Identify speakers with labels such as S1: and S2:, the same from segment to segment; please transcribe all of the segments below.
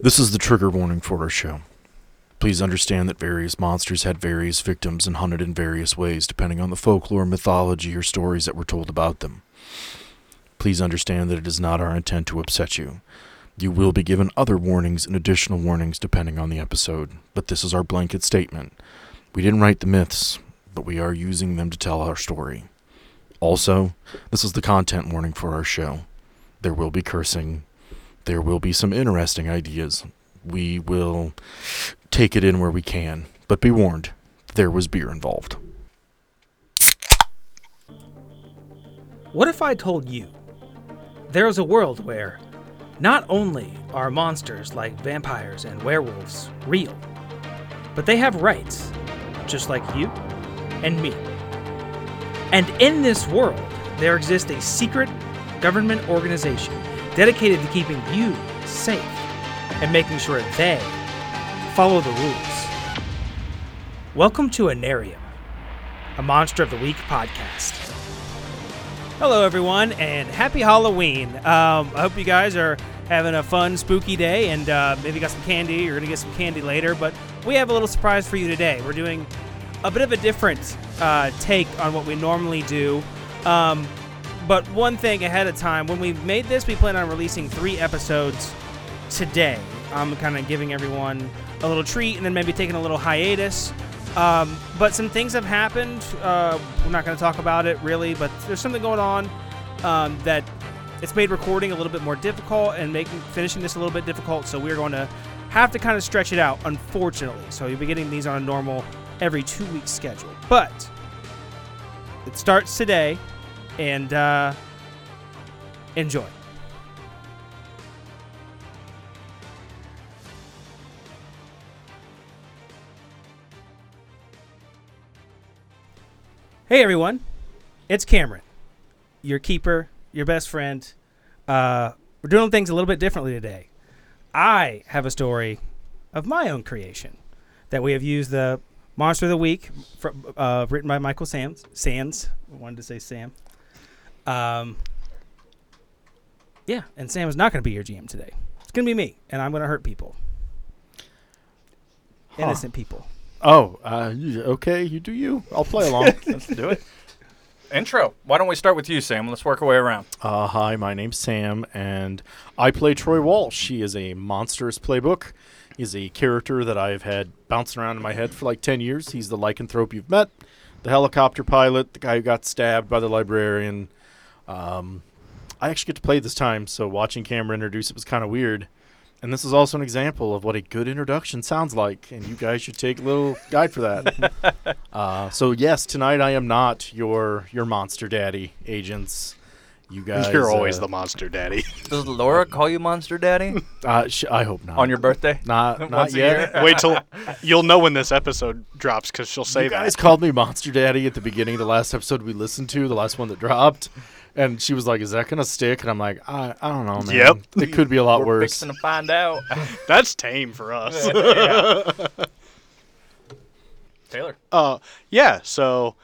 S1: This is the trigger warning for our show. Please understand that various monsters had various victims and hunted in various ways depending on the folklore, mythology, or stories that were told about them. Please understand that it is not our intent to upset you. You will be given other warnings and additional warnings depending on the episode, but this is our blanket statement. We didn't write the myths, but we are using them to tell our story. Also, this is the content warning for our show. There will be cursing, there will be some interesting ideas. We will take it in where we can, but be warned, there was beer involved.
S2: What if I told you there is a world where not only are monsters like vampires and werewolves real, but they have rights, just like you and me. And in this world, there exists a secret government organization dedicated to keeping you safe and making sure they follow the rules. Welcome to Anarium, a Monster of the Week podcast. Hello, everyone, and happy Halloween. Um, I hope you guys are having a fun, spooky day, and uh, maybe got some candy. You're going to get some candy later, but we have a little surprise for you today. We're doing a bit of a different uh, take on what we normally do. Um, but one thing ahead of time, when we made this, we plan on releasing three episodes today. I'm kind of giving everyone a little treat and then maybe taking a little hiatus. Um, but some things have happened. Uh, we're not going to talk about it really, but there's something going on um, that it's made recording a little bit more difficult and making finishing this a little bit difficult. So we're going to have to kind of stretch it out, unfortunately. So you'll be getting these on a normal every two week schedule. But it starts today, and uh, enjoy. Hey everyone, it's Cameron, your keeper, your best friend. Uh, we're doing things a little bit differently today. I have a story of my own creation that we have used the Monster of the Week, fr uh, written by Michael Sands. Sands, I wanted to say Sam. Um, yeah, and Sam is not going to be your GM today. It's going to be me, and I'm going to hurt people, innocent people.
S1: Oh, uh, y- okay, you do you. I'll play along. Let's do it.
S3: Intro. Why don't we start with you, Sam? Let's work our way around.
S1: Uh, hi, my name's Sam, and I play Troy Walsh. He is a monstrous playbook. He's a character that I've had bouncing around in my head for like 10 years. He's the lycanthrope you've met, the helicopter pilot, the guy who got stabbed by the librarian. Um, I actually get to play this time, so watching Cameron introduce it was kind of weird. And this is also an example of what a good introduction sounds like, and you guys should take a little guide for that. uh, so yes, tonight I am not your your monster daddy agents. You guys,
S4: You're always
S1: uh,
S4: the monster daddy.
S3: Does Laura call you Monster Daddy
S1: Uh, sh- I hope not.
S3: on your birthday?
S1: not not
S3: Once a
S1: yet.
S3: year?
S4: Wait till you'll know when this episode drops because she'll say
S1: you
S4: that.
S1: guys called me Monster Daddy at the beginning of the last episode we listened to, the last one that dropped. And she was like, Is that going to stick? And I'm like, I, I don't know, man.
S4: Yep.
S1: It could be a lot
S3: We're
S1: worse.
S3: fixing to find out.
S4: That's tame for us.
S3: Taylor.
S4: uh, yeah, so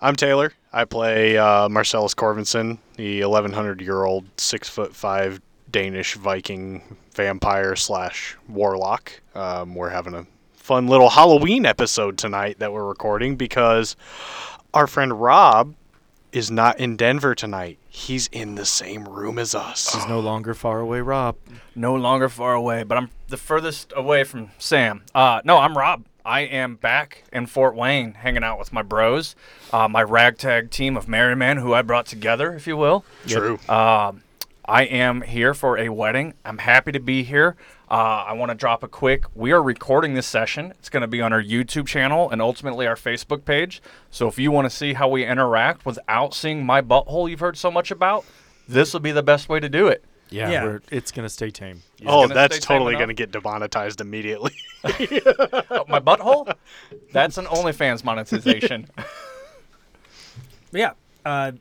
S4: I'm Taylor. I play uh, Marcellus Corvinson, the 1100 year old, six foot five Danish Viking vampire slash warlock. Um, we're having a fun little Halloween episode tonight that we're recording because our friend Rob is not in Denver tonight. He's in the same room as us.
S1: He's no longer far away, Rob.
S3: No longer far away, but I'm the furthest away from Sam. Uh, no, I'm Rob. I am back in Fort Wayne hanging out with my bros, uh, my ragtag team of merry men who I brought together, if you will.
S4: True.
S3: Um, I am here for a wedding. I'm happy to be here. Uh, I want to drop a quick. We are recording this session. It's going to be on our YouTube channel and ultimately our Facebook page. So if you want to see how we interact without seeing my butthole you've heard so much about, this will be the best way to do it.
S1: Yeah,
S2: Yeah.
S1: We're, it's going to stay tame.
S4: Oh,
S3: gonna
S4: that's
S3: stay tame
S4: totally
S3: enough?
S4: going to get demonetized immediately.
S3: Uh, my butthole? That's an OnlyFans monetization.
S2: Yeah. Uh,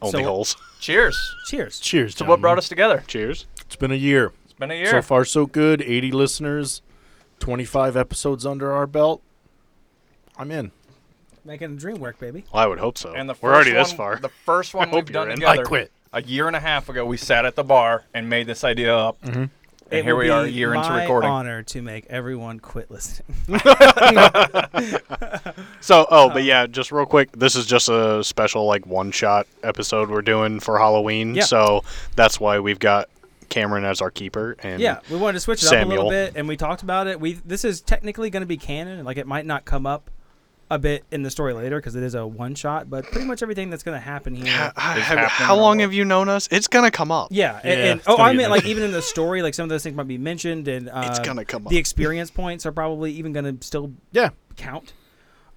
S4: Only
S2: So-
S4: holes.
S3: Cheers
S2: cheers.
S1: Cheers.
S3: to what brought us together.
S4: Cheers.
S1: It's been a year.
S3: It's been a year.
S1: So far, so good. 80 listeners, 25 episodes under our belt. I'm in.
S2: Making the dream work, baby.
S4: Well, I would hope so.
S3: And the
S4: We're
S3: first
S4: already this
S3: one-
S4: far.
S3: The first one
S4: hope
S3: we've
S4: you're
S3: done
S4: in.
S3: together.
S1: I quit.
S3: A year and a half ago, we sat at the bar and made this idea up, And
S2: it
S3: here
S2: will
S3: we are, a
S2: be
S3: year into
S2: my
S3: recording.
S2: honor to make everyone quit listening.
S4: So, oh, but yeah, just real quick, this is just a special like one-shot episode we're doing for Halloween.
S2: Yeah.
S4: So that's why we've got Cameron as our keeper. And
S2: yeah, we wanted to switch it up a
S4: Samuel.
S2: little bit, and we talked about it. We this is technically going to be canon. Like it might not come up a bit in the story later because it is a one shot, but pretty much everything that's going to happen here.
S4: Ah,
S3: It's
S4: have-
S3: happening
S4: how
S3: or
S4: long
S3: what?
S4: have you known us? It's gonna come up.
S2: Yeah, and,
S3: Yeah,
S2: and-
S3: it's
S2: oh,
S3: gonna
S2: I
S3: be
S2: meant like even in the story, like some of those things might be mentioned, and uh,
S4: It's gonna come up.
S2: The experience points are probably even going to still
S1: Yeah.
S2: count.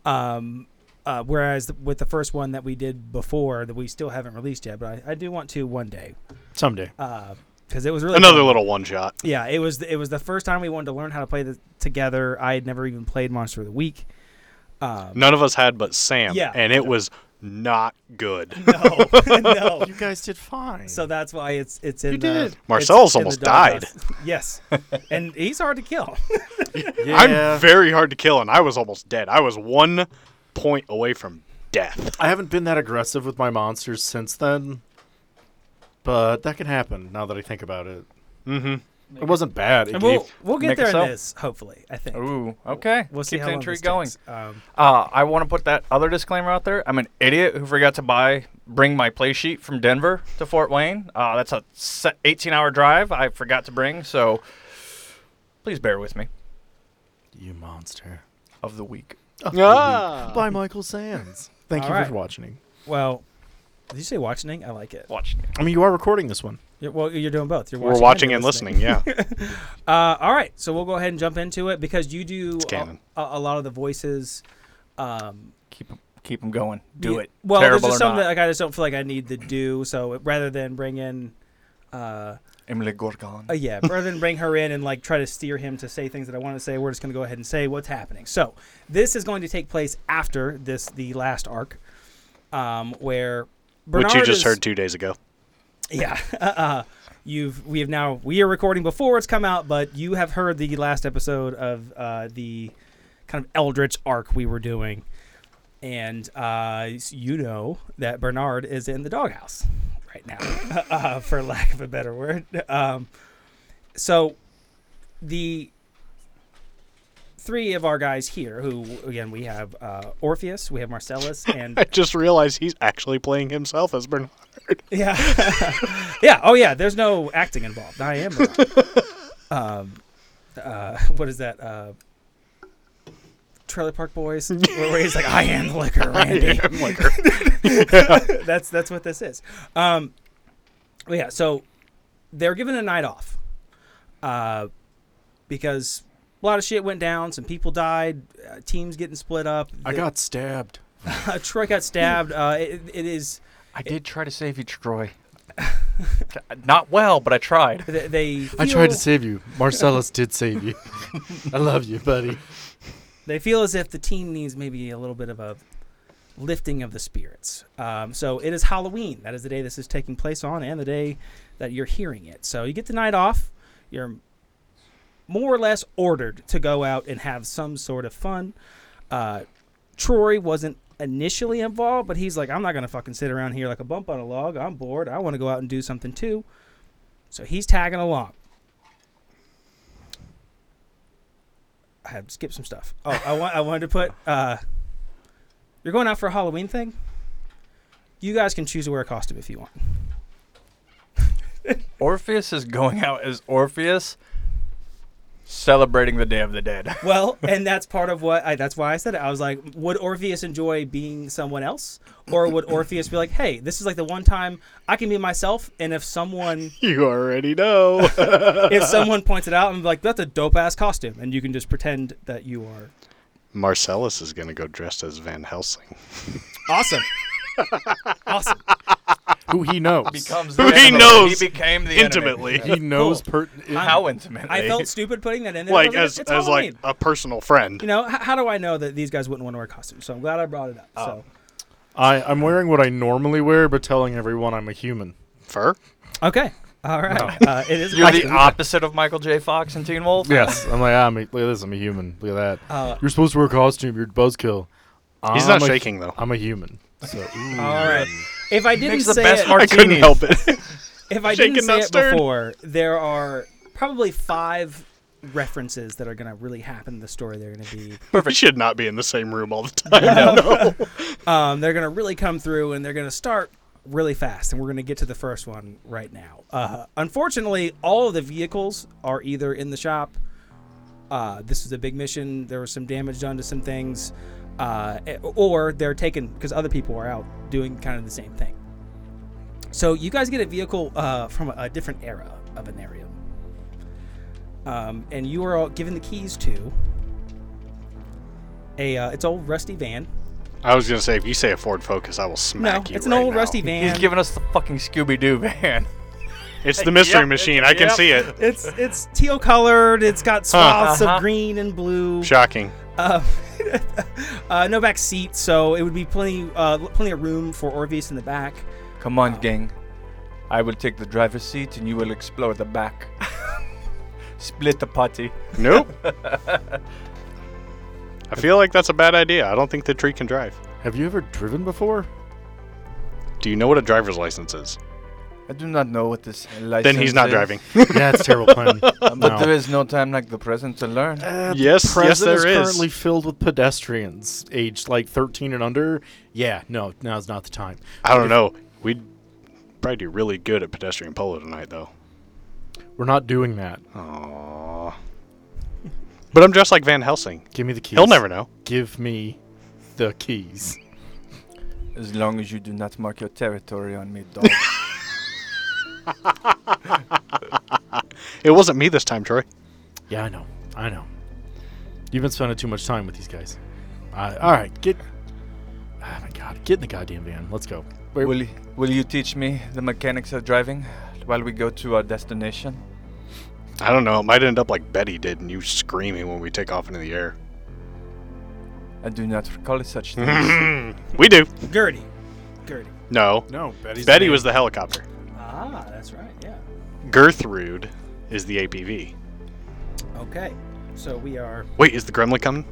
S2: Um, uh, whereas th- with the first one that we did before that we still haven't released yet, but I, I do want to one day
S1: Someday.
S2: because it was really
S4: Another
S2: fun.
S4: little one-shot.
S2: Yeah, it was it was the first time we wanted to learn how to play this together. I had never even played Monster of the Week. Um,
S4: None of us had, but Sam.
S2: Yeah.
S4: And it was not good.
S2: no, no.
S1: You guys did fine.
S2: So that's why it's it's in.
S1: You
S2: the,
S1: did.
S2: it's
S4: Marcel's
S2: in the
S4: almost
S2: doghouse. Yes, and he's hard to kill.
S4: I'm very hard to kill, and I was almost dead. I was one point away from death.
S1: I haven't been that aggressive with my monsters since then, but that can happen now that I think about it. Mm-hmm. It wasn't bad. It
S2: And we'll
S1: gave-
S2: we'll get
S3: make
S2: there
S3: us up.
S2: in this hopefully. I think
S3: Ooh, okay.
S2: we'll see
S3: Keep
S2: how
S3: the
S2: long
S3: intrigue
S2: this
S3: going.
S2: takes. Um,
S3: Uh, I want to put that other disclaimer out there. I'm an idiot who forgot to buy bring my play sheet from Denver to Fort Wayne. Uh, that's a 18-hour drive I forgot to bring, so please bear with me.
S1: you monster.
S3: Of the week.
S1: Ah. By Michael Sands. Thank
S2: All
S1: you
S2: right.
S1: for watching.
S2: well, did you say watching? I like it.
S3: Watch.
S1: I mean, you are recording this one.
S2: You're, well, you're doing both. You're
S4: We're
S2: watching
S4: watching and listening, yeah.
S2: Uh, all right, so we'll go ahead and jump into it because you do a,
S4: canon.
S2: a, a lot of the voices. Um,
S3: Keep 'em- keep 'em going. Do
S2: Yeah.
S3: it.
S2: Well,
S3: Terrible
S2: there's just
S3: or
S2: some
S3: not.
S2: that like, I just don't feel like I need to do. So it- rather than bring in, uh,
S3: Emily Gorgon.
S2: uh, yeah, rather than bring her in and like try to steer him to say things that I want to say, we're just going to go ahead and say what's happening. So this is going to take place after this, the last arc, um, where Bernard
S4: Which you just
S2: is-
S4: heard two days ago.
S2: Yeah. Uh, you've we have now we are recording before it's come out, but you have heard the last episode of uh, the kind of Eldritch arc we were doing, and uh, s- you know that Bernard is in the doghouse right now, uh, for lack of a better word. Um, so the three of our guys here, who again we have uh, Orpheus, we have Marcellus, and
S4: I just realized he's actually playing himself as Bernard.
S2: yeah. yeah. Oh, yeah. There's no acting involved. I am. wrong. um, uh, what is that? Uh, Trailer Park Boys, where where he's like, "I am the liquor, Randy." that's that's what this is. Um, well, yeah. So they're given a night off, uh, because a lot of shit went down. Some people died. Uh, teams getting split up.
S1: I got stabbed.
S2: Troy got stabbed. Uh, it, it is.
S3: I did try to save you, Troy. Not well, but I tried.
S2: They. they
S1: I tried to
S2: feel-
S1: save you. Marcellus did save you. I love you, buddy.
S2: they feel as if the team needs maybe a little bit of a lifting of the spirits. Um, so it is Halloween. That is the day this is taking place on, and the day that you're hearing it. So you get the night off. You're more or less ordered to go out and have some sort of fun. Uh, Troy wasn't initially involved, but he's like, I'm not gonna fucking sit around here like a bump on a log. I'm bored. I want to go out and do something too. So he's tagging along. I have skipped some stuff. Oh, I want I wanted to put uh you're going out for a Halloween thing? You guys can choose to wear a costume if you want.
S3: Orpheus is going out as Orpheus, celebrating the Day of the Dead.
S2: Well, and that's part of what I that's why I said it. I was like, would Orpheus enjoy being someone else? Or would Orpheus be like, hey, this is like the one time I can be myself and if someone
S4: You already know.
S2: if someone points it out I'm like, that's a dope ass costume and you can just pretend that you are
S4: Marcellus is going to go dressed as Van Helsing.
S2: awesome. awesome.
S1: Who he knows.
S3: Becomes
S4: Who
S3: the
S4: he
S3: enemy.
S4: knows
S3: He became the enemy.
S4: Intimately.
S1: he knows per-
S3: How intimately?
S2: I felt stupid putting that in there.
S4: Like,
S2: but I
S4: as,
S2: was it's
S4: as like
S2: Halloween.
S4: a personal friend.
S2: you know, h- how do I know that these guys wouldn't want to wear costumes? So I'm glad I brought it up.
S4: Oh.
S2: So
S1: I, I'm wearing what I normally wear, but telling everyone I'm a human.
S4: Fur?
S2: okay, all right, uh, it is
S3: You're the
S2: costume.
S3: opposite of Michael J. Fox and Teen Wolf.
S1: Yes, I'm like, ah, I'm a, look at this, I'm a human. Look at that.
S2: Uh,
S1: You're supposed to wear a costume. You're buzzkill.
S4: He's
S1: I'm
S4: not
S1: a-
S4: shaking, though.
S1: I'm a human. So,
S2: all right. If I didn't
S3: Makes the
S2: say
S3: best
S2: it,
S4: I
S3: martini.
S4: couldn't help it.
S2: if I
S4: shaken,
S2: didn't
S4: not
S2: say it
S4: stirred.
S2: before, there are probably five references that are going to really happen in the story. They're going to be
S4: Perfect. We should not be in the same room all the time.
S2: um, they're going to really come through and they're going to start really fast. And we're going to get to the first one right now. Uh, unfortunately, all of the vehicles are either in the shop. Uh, this is a big mission. There was some damage done to some things. Uh, eh, or they're taken because other people are out doing kind of the same thing. So you guys get a vehicle uh, from a, a different era of an area. Um, and you are all given the keys to a uh, it's old rusty van
S4: I was gonna say if you say a Ford Focus, I will
S2: No,
S4: smack you.
S2: it's an
S4: right
S2: old
S4: now.
S2: rusty van.
S3: He's giving us the fucking Scooby Doo van.
S4: It's the mystery
S3: Yep,
S4: machine. I can
S3: yep.
S4: see it.
S2: It's it's teal colored. It's got swaths
S3: Uh-huh.
S2: of green and blue.
S4: Shocking.
S2: Uh, uh, no back seat, so it would be plenty uh, plenty of room for Orvis in the back.
S3: Come on, gang. I will take the driver's seat and you will explore the back. Split the party.
S4: Nope. I feel like that's a bad idea. I don't think the tree can drive.
S1: Have you ever driven before?
S4: Do you know what a driver's license is?
S3: I do not know what this license
S4: Then he's not
S3: is,
S4: driving.
S1: yeah, it's a terrible plan.
S3: But
S1: No.
S3: there is no time like the present to learn.
S4: yes, yes,
S1: Present
S4: there
S1: is
S4: is.
S1: currently filled with pedestrians aged like 13 and under. Yeah, no, now's not the time.
S4: I don't know. We'd probably do really good at pedestrian polo tonight, though.
S1: We're not doing that.
S4: Aww. But I'm dressed like Van Helsing.
S1: Give me the keys.
S4: He'll never know.
S1: Give me the keys.
S3: As long as you do not mark your territory on me, dog.
S4: It wasn't me this time, Troy.
S1: Yeah, I know. I know. You've been spending too much time with these guys. Uh, all right, get. Oh my god, get in the goddamn van. Let's go. Wait,
S3: will, will you teach me the mechanics of driving while we go to our destination?
S4: I don't know. It might end up like Betty did and you screaming when we take off into the air.
S3: I do not recall such things.
S4: We do.
S2: Gertie, Gertie.
S4: No.
S1: no, Betty's
S4: Betty was the helicopter.
S2: Ah, that's right. Yeah.
S4: Gertrude is the APV.
S2: Okay. So we are.
S4: Wait, is the gremlin coming?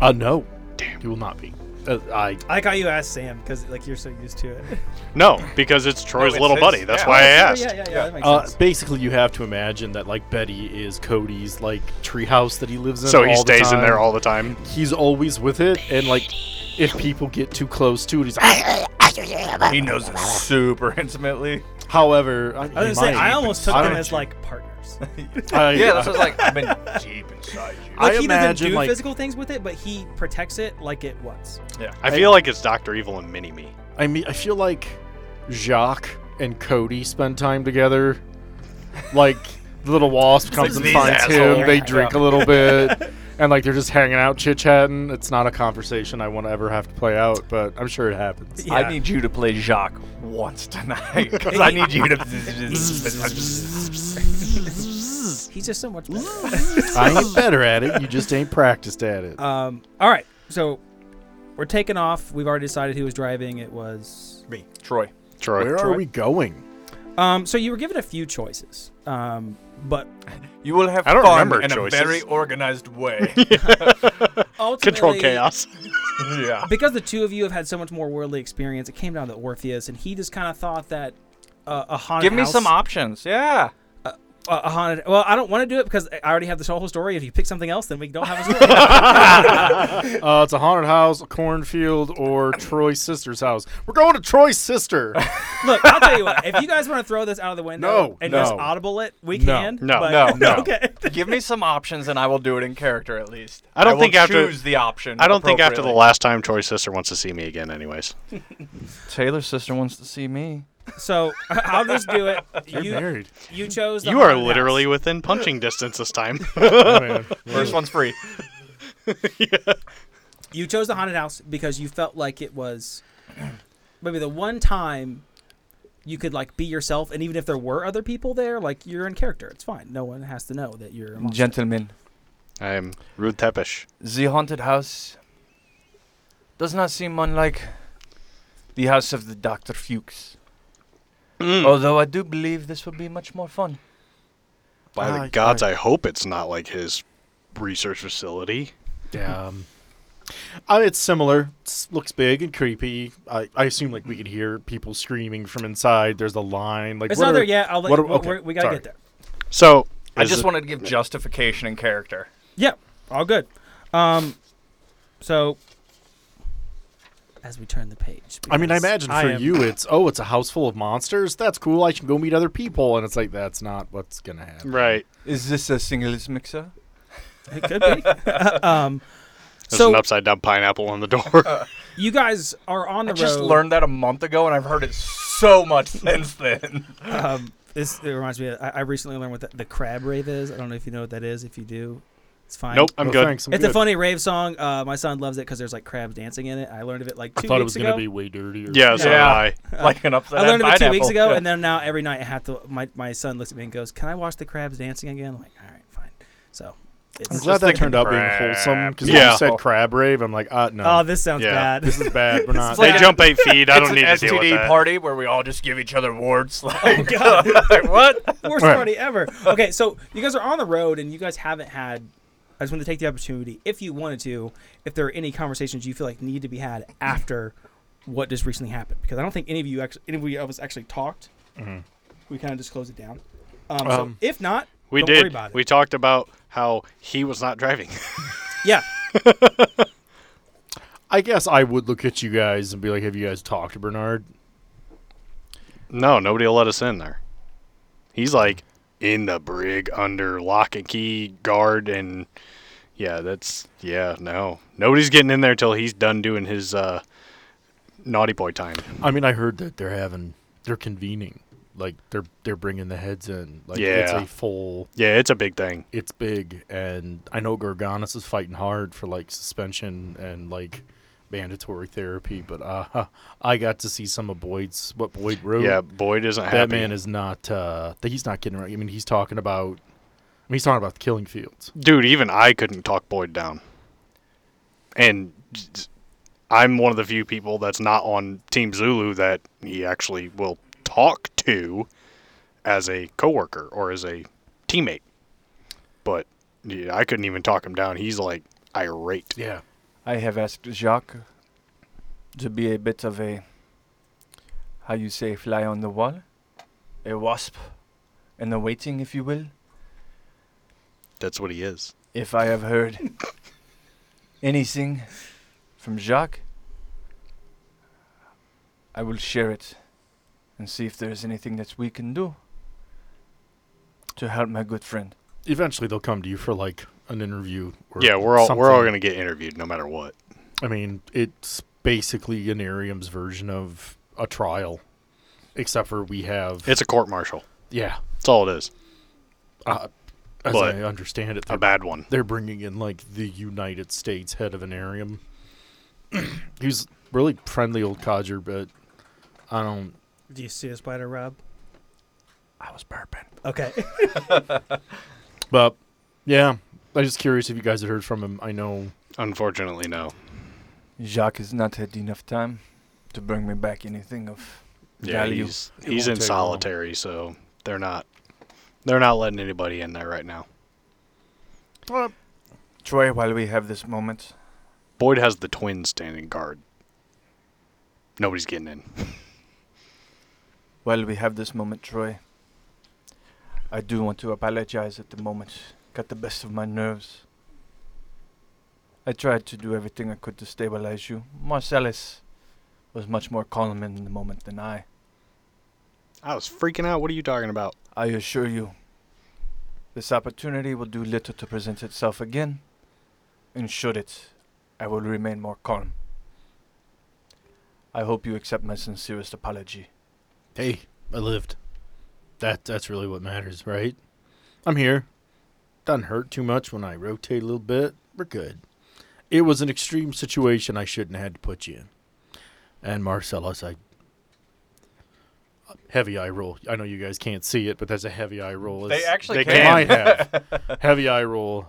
S1: Uh, no,
S4: Damn.
S1: you will not be. Uh, I.
S2: I like how you asked Sam because like you're so used to it. Oh,
S4: No, because it's Troy's
S3: it's
S4: little
S3: his-
S4: buddy. That's
S3: yeah.
S4: why I
S2: yeah,
S4: asked.
S2: yeah, yeah, That makes
S1: Uh,
S2: sense.
S1: basically, you have to imagine that like Betty is Cody's like treehouse that he lives in.
S4: So he
S1: all the
S4: stays in there
S1: time.
S4: all the time.
S1: He's always with it, and like, if people get too close to it, he's. like,
S3: he knows it super intimately.
S1: However, I,
S2: I was gonna say I almost took
S1: I
S2: them
S1: don't-
S2: as like partners.
S1: I,
S3: Yeah, that's what I was like. I've been deep inside you.
S1: I
S2: Like he doesn't
S1: imagine
S2: do
S1: like
S2: physical things with it, but he protects it like it was.
S4: I feel like it's Doctor Evil and Mini Me.
S1: I mean, I feel like Jacques and Cody spend time together. Like the little wasp comes and
S3: these
S1: finds him.
S3: assholes.
S1: They
S3: Yeah.
S1: drink a little bit, and like they're just hanging out, chit chatting. It's not a conversation I want to ever have to play out, but I'm sure it happens.
S2: Yeah.
S3: I need you to play Jacques once tonight because I need you to.
S2: He's just so much. Better.
S1: I ain't better at it. You just ain't practiced at it.
S2: Um, all right, so we're taking off. We've already decided who was driving. It was me.
S3: Troy.
S4: Troy.
S1: Where are we going?
S2: Um, so you were given a few choices, um, but
S3: You will have
S4: I don't
S3: fun
S4: remember
S3: in
S4: choices.
S3: a very organized way.
S2: ultimately,
S4: Control chaos.
S3: yeah.
S2: Because the two of you have had so much more worldly experience, it came down to Orpheus, and he just kind of thought that uh, a haunted
S3: Give me
S2: house-
S3: some options. Yeah.
S2: uh, a haunted. Well, I don't want to do it because I already have this whole story. If you pick something else, then we don't have a story.
S1: Uh, it's a haunted house, a cornfield, or Troy's sister's house. We're going to Troy's sister.
S2: Look, I'll tell you what. If you guys want to throw this out of the window
S1: No,
S2: and
S1: no.
S2: just audible it, we
S1: No,
S2: can.
S4: no,
S2: but-
S3: no, no.
S2: Okay.
S3: Give me some options and I will do it in character at least.
S4: I don't
S3: will
S4: think after-
S3: choose the option.
S4: I don't think after the
S3: appropriately.
S4: last time Troy's sister wants to see me again, anyways.
S3: Taylor's sister wants to see me.
S2: So I'll just do it. You,
S1: Married.
S2: you chose. The
S4: You are
S2: haunted house.
S4: literally within punching distance this time.
S1: Oh, man.
S3: First one's free.
S2: you chose the haunted house because you felt like it was maybe the one time you could like be yourself and even if there were other people there like you're in character it's fine no one has to know that you're a monster.
S3: Gentlemen,
S4: I'm Rude Tepish.
S3: the haunted house does not seem unlike the house of the Dr. Fuchs.
S2: Mm.
S3: Although I do believe this will be much more fun.
S4: By
S1: Ah,
S4: the gods, I hope it's not like his research facility.
S1: Yeah. Um, I mean, it's similar. It's, looks big and creepy. I, I assume like we could hear people screaming from inside. There's a line. Like
S2: it's
S1: what
S2: not
S1: are-
S2: there yet i'll let
S1: what are-
S2: we're-
S1: okay,
S2: we're- we gotta
S1: sorry.
S2: get there
S4: So
S3: I
S4: Is
S3: just
S4: it-
S3: wanted to give justification and character.
S2: Yeah, all good. Um, so as we turn the page,
S1: I mean, I
S2: because
S1: imagine for
S2: am-
S1: you, it's oh, it's a house full of monsters. That's cool. I can go meet other people, and it's like that's not what's gonna happen.
S4: Right.
S3: Is this a singles mixer?
S2: it could be. um,
S4: There's
S2: so
S4: an upside down pineapple on the door.
S2: you guys are on the
S3: I
S2: road.
S3: just learned that a month ago, and I've heard it so much since then.
S2: Um, this it reminds me. I, I recently learned what the, the crab rave is. I don't know if you know what that is. If you do, it's fine.
S4: nope, I'm
S1: No,
S4: good.
S1: Oh, thanks, I'm
S2: it's
S1: good.
S2: a funny rave song. Uh, my son loves it because there's like crabs dancing in it. I learned of it like
S1: I
S2: two
S1: thought it
S2: weeks
S1: was
S2: ago.
S1: gonna be way dirtier.
S4: Yeah, so
S3: Yeah.
S4: did
S3: like an upside
S2: I learned of it two weeks
S3: pineapple.
S2: ago,
S3: Yeah.
S2: and then now every night I have to. My, my son looks at me and goes, "Can I watch the crabs dancing again?" I'm like, "All right, fine." So
S1: I'm
S2: it's
S1: glad that
S3: thinking
S1: turned out being
S3: crab.
S1: wholesome because
S4: Yeah.
S1: you said crab rave. I'm like, uh, no,
S2: oh, this sounds
S4: Yeah.
S2: bad.
S1: this is bad. We're not.
S4: I. They
S3: like-
S4: jump eight feet. I
S3: It's
S4: don't need
S3: an
S4: to deal with
S3: STD
S4: that.
S3: party where we all just give each other warts. Like, like, what?
S2: Worst
S1: Right.
S2: party ever. Okay, so you guys are on the road and you guys haven't had. I just want to take the opportunity, if you wanted to, if there are any conversations you feel like need to be had after what just recently happened, because I don't think any of you actually, any of us actually talked.
S4: Mm-hmm.
S2: We kind of just closed it down. Um, so
S1: Um,
S2: if not,
S4: We
S2: don't
S4: did.
S2: Worry about it.
S4: We talked about how he was not driving.
S2: yeah,
S1: I guess I would look at you guys and be like, have you guys talked to Bernard?
S4: no, nobody will let us in there. He's like in the brig under lock and key guard and yeah, that's yeah, no. Nobody's getting in there till he's done doing his uh naughty boy time.
S1: I mean, I heard that they're having, they're convening, like they're they're bringing the heads in. Like it's
S4: Yeah.
S1: a full,
S4: Yeah, it's a big thing.
S1: it's big, and I know Gorgonis is fighting hard for like suspension and like mandatory therapy, but uh, I got to see some of Boyd's what Boyd wrote.
S4: Yeah, Boyd isn't
S1: that
S4: happy.
S1: man is not. uh that He's not getting right. I mean, he's talking about. I mean, he's talking about the killing fields.
S4: Dude, even I couldn't talk Boyd down. And I'm one of the few people that's not on Team Zulu that he actually will talk to as a coworker or as a teammate. But yeah, I couldn't even talk him down. He's like irate.
S1: Yeah.
S3: I have asked Jacques to be a bit of a, how you say, fly on the wall, a wasp in the waiting, if you will.
S4: That's what he is.
S3: If I have heard anything from Jacques, I will share it and see if there is anything that we can do to help my good friend.
S1: Eventually, they'll come to you for like an interview. Or
S4: Yeah, we're all we're all
S1: something.
S4: gonna get interviewed no matter what.
S1: I mean, it's basically Anarium's version of a trial, except for we have
S4: It's a court martial.
S1: yeah.
S4: That's all it is.
S1: Uh, as
S4: But-
S1: I understand it,
S4: A
S1: they're,
S4: bad one.
S1: they're bringing in like the United States head of Anarium. He's really friendly old codger, but I don't.
S2: do you see a spider, Rob?
S1: I was burping,
S2: Okay,
S1: but yeah, I'm just curious if you guys had heard from him. I know
S4: Unfortunately, no.
S3: Jacques has not had enough time to bring me back anything of
S4: Yeah,
S3: value.
S4: he's,
S1: It
S4: he's
S1: won't
S4: in
S1: take long.
S4: solitary, so they're not they're not letting anybody in there right now.
S3: Troy, while we have this moment,
S4: Boyd has the twins standing guard. Nobody's getting in.
S3: while we have this moment, Troy, I do want to apologize at the moment. Got the best of my nerves. I tried to do everything I could to stabilize you. Marcellus was much more calm in the moment than I.
S4: I was freaking out. What are you talking about?
S3: I assure you, this opportunity will do little to present itself again, and should it, I will remain more calm. I hope you accept my sincerest apology.
S1: hey, I lived. That that's really what matters, right? I'm here. Doesn't hurt too much when I rotate a little bit. We're good. It was an extreme situation I shouldn't have had to put you in. And Marcellus, I heavy eye roll. I know you guys can't see it, but that's a heavy eye roll. It's-
S4: they
S1: they
S4: can.
S1: might have heavy eye roll.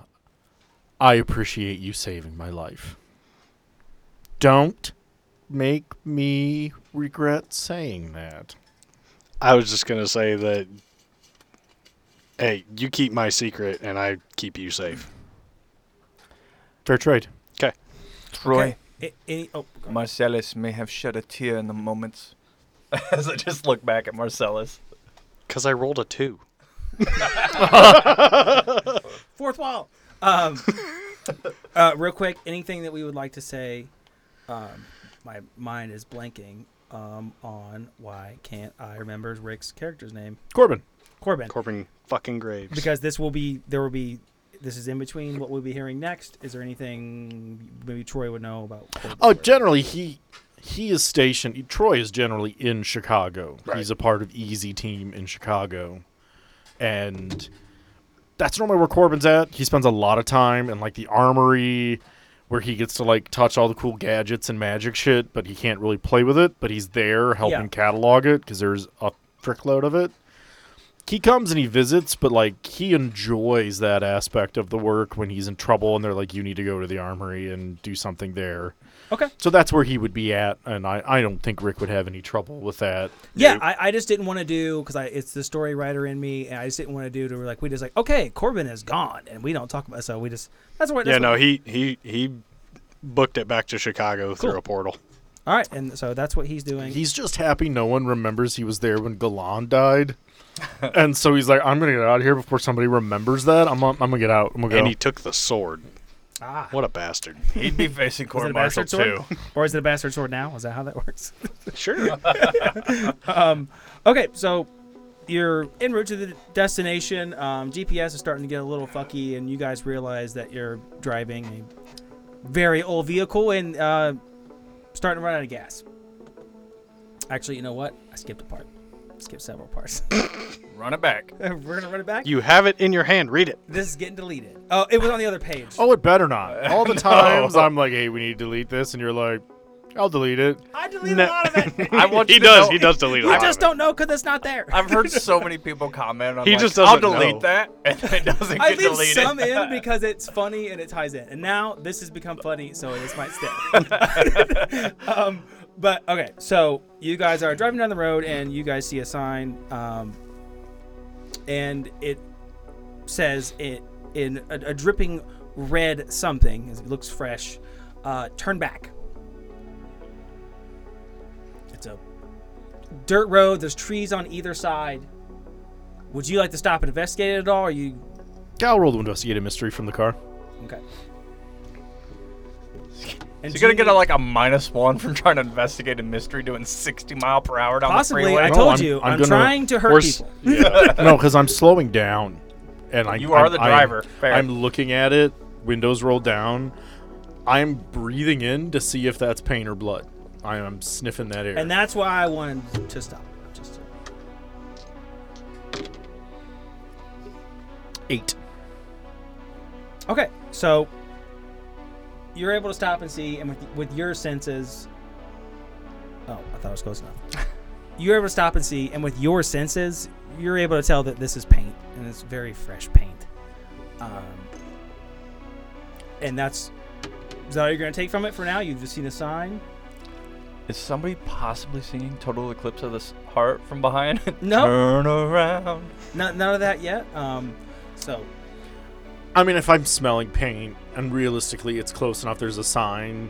S1: I appreciate you saving my life. Don't make me regret saying that.
S4: I was just gonna say that. Hey, you keep my secret, and I keep you safe.
S1: Fair trade.
S3: Troy,
S2: A- any- oh, go.
S3: Marcellus may have shed a tear in the moment. As I just look back at Marcellus.
S4: Cause I rolled a two.
S2: Fourth wall. Um, uh, real quick, anything that we would like to say? Um, my mind is blanking um, on why can't I remember Rick's character's name?
S1: Corbin.
S2: Corbin.
S4: Corbin fucking Graves.
S2: because this will be there will be this is in between what we'll be hearing next. Is there anything maybe Troy would know about? Corbin
S1: Oh,
S2: Graves?
S1: generally he he is stationed. Troy is generally in Chicago.
S4: Right.
S1: He's a part of Easy Team in Chicago, and that's normally where Corbin's at. He spends a lot of time in like the armory, where he gets to like touch all the cool gadgets and magic shit, but he can't really play with it. But he's there helping
S2: Yeah.
S1: catalog it because there's a frickload of it. He comes and he visits, but like he enjoys that aspect of the work when he's in trouble and they're like, "You need to go to the armory and do something there."
S2: okay.
S1: So that's where he would be at, and I, I don't think Rick would have any trouble with that.
S2: Yeah, I, I just didn't want to do because I it's the story writer in me, and I just didn't want to do to like we just like okay, Corbin is gone, and we don't talk about so we just that's what that's
S4: yeah,
S2: what-
S4: no, he he he booked it back to Chicago through a portal.
S2: all right, and so that's what he's doing.
S1: He's just happy no one remembers he was there when Galan died, and so he's like, I'm gonna get out of here before somebody remembers that. I'm I'm gonna get out. I'm gonna go.
S4: And he took the sword.
S2: ah,
S4: What a bastard.
S3: He'd be facing
S2: is it
S3: court
S2: a
S3: martial
S2: bastard sword,
S3: too.
S2: or is it a bastard sword now? Is that how that works?
S4: Sure.
S2: um, okay, so you're en route to the destination. Um, GPS is starting to get a little fucky, and you guys realize that you're driving a very old vehicle and uh, starting to run out of gas. Actually, you know what? I skipped a part. Skipped several parts.
S3: Run it back.
S2: We're gonna run it back.
S4: you have it in your hand. Read it.
S2: this is getting deleted. Oh, it was on the other page.
S1: oh, it better not. All the times I'm like, hey, we need to delete this, and you're like, I'll delete it.
S2: I deleted
S4: No.
S2: a lot of it.
S3: I want
S4: He
S3: you to
S4: does.
S3: know-
S4: He does delete a
S2: I
S4: lot.
S2: just
S4: of it.
S2: don't know because it's not there.
S3: I've heard so many people comment on.
S4: He
S3: like,
S4: just
S3: I'll
S4: doesn't
S3: delete
S4: know."
S3: that, and it doesn't
S2: I
S3: get
S2: leave
S3: deleted.
S2: some in because it's funny and it ties in. And now this has become funny, so this might stay. um, but okay, so you guys are driving down the road and you guys see a sign, um, and it says it in a, a dripping red something as it looks fresh. Uh, turn back. It's a dirt road. There's trees on either side. Would you like to stop and investigate it at all? Or you
S1: Gal rolled to investigate a mystery from the car.
S2: Okay. And
S3: You're gonna get a, like a minus one from trying to investigate a mystery doing 60 mile per hour down the
S2: possibly.
S3: freeway.
S2: I
S1: No,
S2: told
S1: I'm-
S2: you,
S1: I'm
S2: I'm,
S1: gonna-
S2: trying to hurt
S4: We're s-
S2: people.
S1: no, because I'm slowing down, and I.
S3: You are
S1: I'm-
S3: the
S1: I'm-
S3: driver. Fair.
S1: I'm looking at it. Windows rolled down. I'm breathing in to see if that's pain or blood. I am sniffing that air.
S2: And that's why I wanted to stop. Just to-
S1: eight.
S2: okay, so you're able to stop and see, and with, with your senses. Oh, I thought I was close enough. you're able to stop and see, and with your senses, you're able to tell that this is paint, and it's very fresh paint. Um, and that's is that all you're gonna take from it for now? You've just seen a sign.
S3: Is somebody possibly singing "Total Eclipse of the S- Heart" from behind?
S2: No.
S3: Turn around.
S2: None, none of that yet. Um, so
S1: I mean, if I'm smelling paint, and realistically, it's close enough. There's a sign.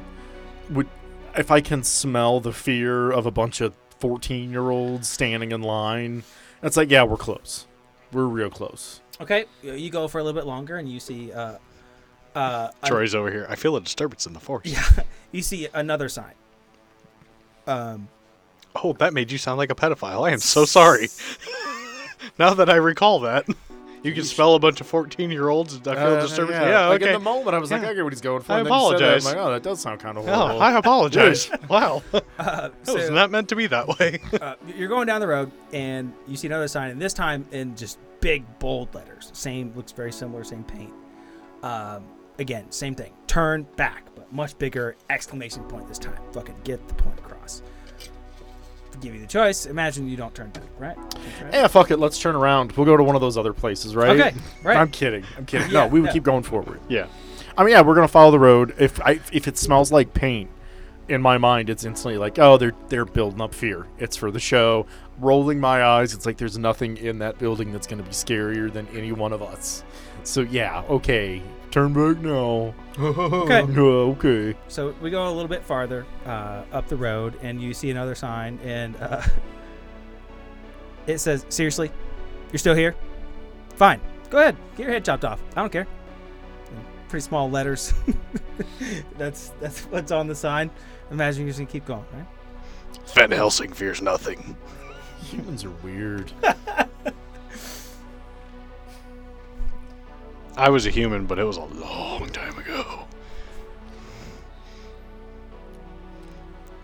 S1: Would if I can smell the fear of a bunch of 14 year olds standing in line? It's like, yeah, we're close. We're real close.
S2: okay, you- you go for a little bit longer, and you see uh, uh, a-
S4: Troy's over here. I feel a disturbance in the force.
S2: yeah, you see another sign. Um,
S4: Oh, that made you sound like a pedophile. I am so sorry. now that I recall that, you can smell a bunch of 14 year olds. I feel a disturbance. Yeah,
S1: Uh, Like in
S4: okay.
S1: the moment, I was like,
S4: Yeah.
S1: I get what he's going for.
S4: I
S1: and then you said that,
S4: apologize.
S1: I'm like, oh, that does sound kind of horrible.
S4: oh, I apologize. wow. That
S2: so,
S4: was not meant to be that way.
S2: uh, you're going down the road, and you see another sign, and this time in just big bold letters. Same, looks very similar, same paint. Um, again, same thing. Turn back, but much bigger exclamation point this time. Fucking get the point across. Give you the choice. Imagine you don't turn back, right?
S1: Yeah, fuck it. Let's turn around. We'll go to one of those other places, right?
S2: Okay, right.
S1: I'm kidding. I'm kidding.
S2: Yeah,
S1: no, we would
S2: no.
S1: keep going forward.
S4: yeah.
S1: I mean, yeah, we're gonna follow the road. If I, if it smells like paint, in my mind, it's instantly like, oh, they're they're building up fear. It's for the show. Rolling my eyes, it's like there's nothing in that building that's gonna be scarier than any one of us. So yeah, okay, turn back now.
S2: Okay.
S1: Yeah, okay.
S2: So we go a little bit farther uh, up the road, and you see another sign, and uh, it says, "Seriously, you're still here? Fine. Go ahead. Get your head chopped off. I don't care. And pretty small letters. that's that's what's on the sign. Imagine you're just gonna keep going, right?
S4: Van Helsing fears nothing.
S1: Humans are weird.
S4: I was a human, but it was a long time ago.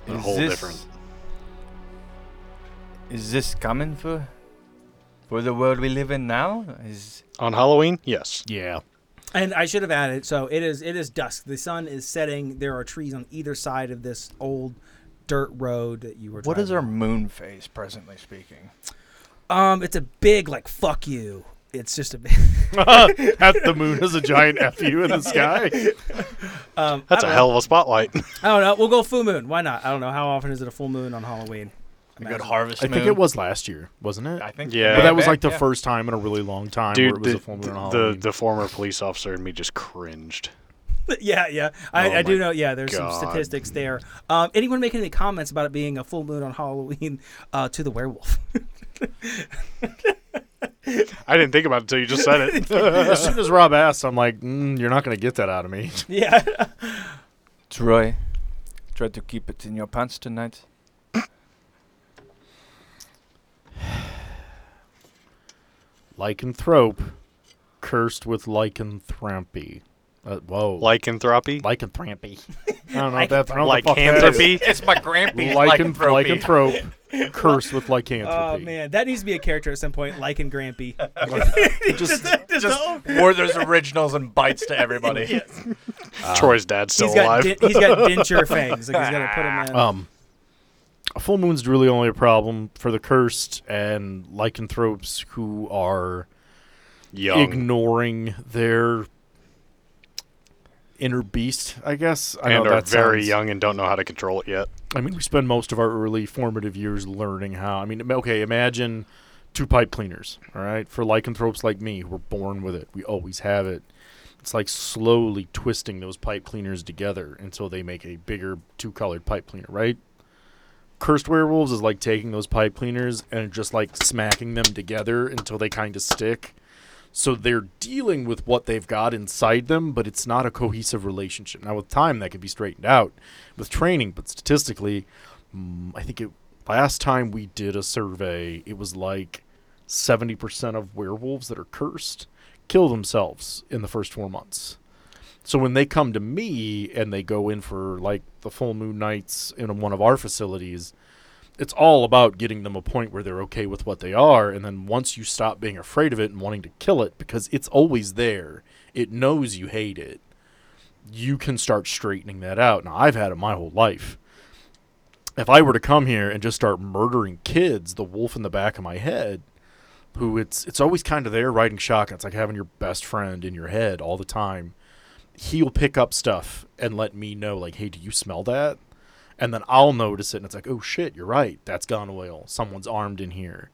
S4: A
S3: Is
S4: whole
S3: this-
S4: different.
S3: Is this coming for for the world we live in now? Is
S4: On Halloween, yes.
S1: Yeah.
S2: And I should have added. So it is. It is dusk. The sun is setting. There are trees on either side of this old dirt road that you were.
S3: what is our
S2: driving
S3: moon phase presently speaking?
S2: on. Um, it's a big like fuck you. It's just a.
S1: At the moon is a giant fu in the sky.
S2: Um,
S4: That's
S2: I
S4: a
S2: don't know.
S4: hell of a spotlight.
S2: I don't know. We'll go full moon. Why not? I don't know. How often is it a full moon on Halloween?
S3: A good harvest
S1: I think it was last year, wasn't it?
S3: I think
S4: Yeah.
S1: But that was
S3: back,
S1: like the
S3: yeah.
S1: first time in a really long time where
S4: Dude,
S1: it was
S4: the,
S1: a full moon on
S4: the- the,
S1: Halloween.
S4: the former police officer and me just cringed.
S2: yeah, yeah. I,
S4: Oh
S2: I do
S4: my
S2: know. Yeah, there's
S4: God.
S2: some statistics there. Um, anyone making any comments about it being a full moon on Halloween uh, to the werewolf?
S4: I didn't think about it until you just said it.
S1: as soon as Rob asked, I'm like, mm, "You're not going to get that out of me."
S2: yeah.
S3: Troy, try to keep it in your pants tonight.
S1: Lycanthrope, cursed with lycanthropy. Uh, whoa,
S4: Lycanthropy?
S1: lycanthropy. I don't know. if that's I don't know what the fuck that is.
S4: Lycanthropy?
S3: It's my grampy
S1: Lycan- lycanthrope, cursed with
S2: Oh
S1: lycanthropy.
S2: man, that needs to be a character at some point, like in Grampy.
S1: Just
S3: Just Werther's originals and bites to everybody.
S1: uh,
S4: Troy's dad's still
S2: he's got
S4: alive.
S2: din- he's got denture fangs. Like he's gonna put him in.
S1: um, a full moon's really only a problem for the cursed and lycanthropes who are
S4: Young.
S1: ignoring their inner beast. I guess I
S4: and
S1: know
S4: are
S1: that
S4: very
S1: sounds-
S4: young and don't know how to control it yet.
S1: I mean, we spend most of our early formative years learning how. I mean, okay, imagine two pipe cleaners, all right? For lycanthropes like me, we're born with it. We always have it. It's like slowly twisting those pipe cleaners together until they make a bigger two colored pipe cleaner, right? Cursed werewolves is like taking those pipe cleaners and just like smacking them together until they kind of stick. So they're dealing with what they've got inside them, but it's not a cohesive relationship. Now, with time, that could be straightened out with training, but statistically, mm, I think it last time we did a survey, it was like 70% of werewolves that are cursed kill themselves in the first four months. So when they come to me and they go in for like the full moon nights in one of our facilities, it's all about getting them a point where they're okay with what they are. And then once you stop being afraid of it and wanting to kill it, because it's always there, it knows you hate it, you can start straightening that out. Now, I've had it my whole life. If I were to come here and just start murdering kids, the wolf in the back of my head, who it's it's always kind of there riding shotgun. It's like having your best friend in your head all the time. He'll pick up stuff and let me know, like, hey, do you smell that? And then I'll notice it, and it's like, oh shit, you're right. That's gun oil. Someone's armed in here.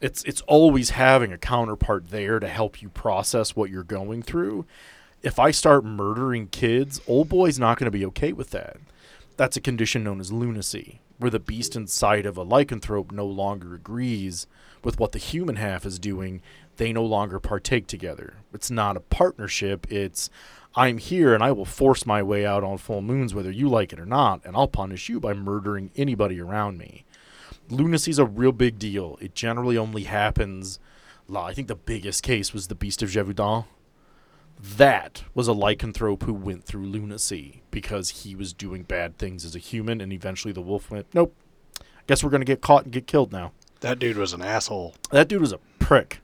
S1: It's it's always having a counterpart there to help you process what you're going through. If I start murdering kids, old boy's not going to be okay with that. That's a condition known as lunacy, where the beast inside of a lycanthrope no longer agrees with what the human half is doing. They no longer partake together. It's not a partnership. It's, I'm here and I will force my way out on full moons, whether you like it or not, and I'll punish you by murdering anybody around me. Lunacy is a real big deal. It generally only happens. la- I think the biggest case was the Beast of Gévaudan that was a lycanthrope who went through lunacy because he was doing bad things as a human, and eventually the wolf went, Nope, guess we're going to get caught and get killed now.
S4: That dude was an asshole.
S1: That dude was a prick.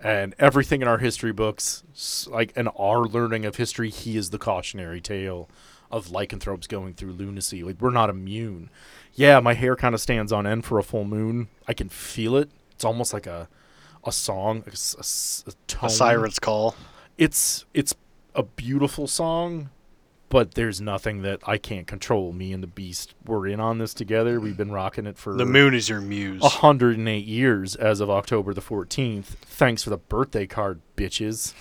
S1: And everything in our history books, s- like in our learning of history, he is the cautionary tale of lycanthropes going through lunacy. Like, we're not immune. Yeah, my hair kind of stands on end for a full moon. I can feel it. It's almost like a. A song, a, s- a s- a
S4: A
S1: tone
S4: siren's call.
S1: it's it's a beautiful song, but there's nothing that I can't control. Me and the Beast were in on this together. We've been rocking it for
S4: The moon is your muse.
S1: 108 years as of October the 14th. Thanks for the birthday card, bitches.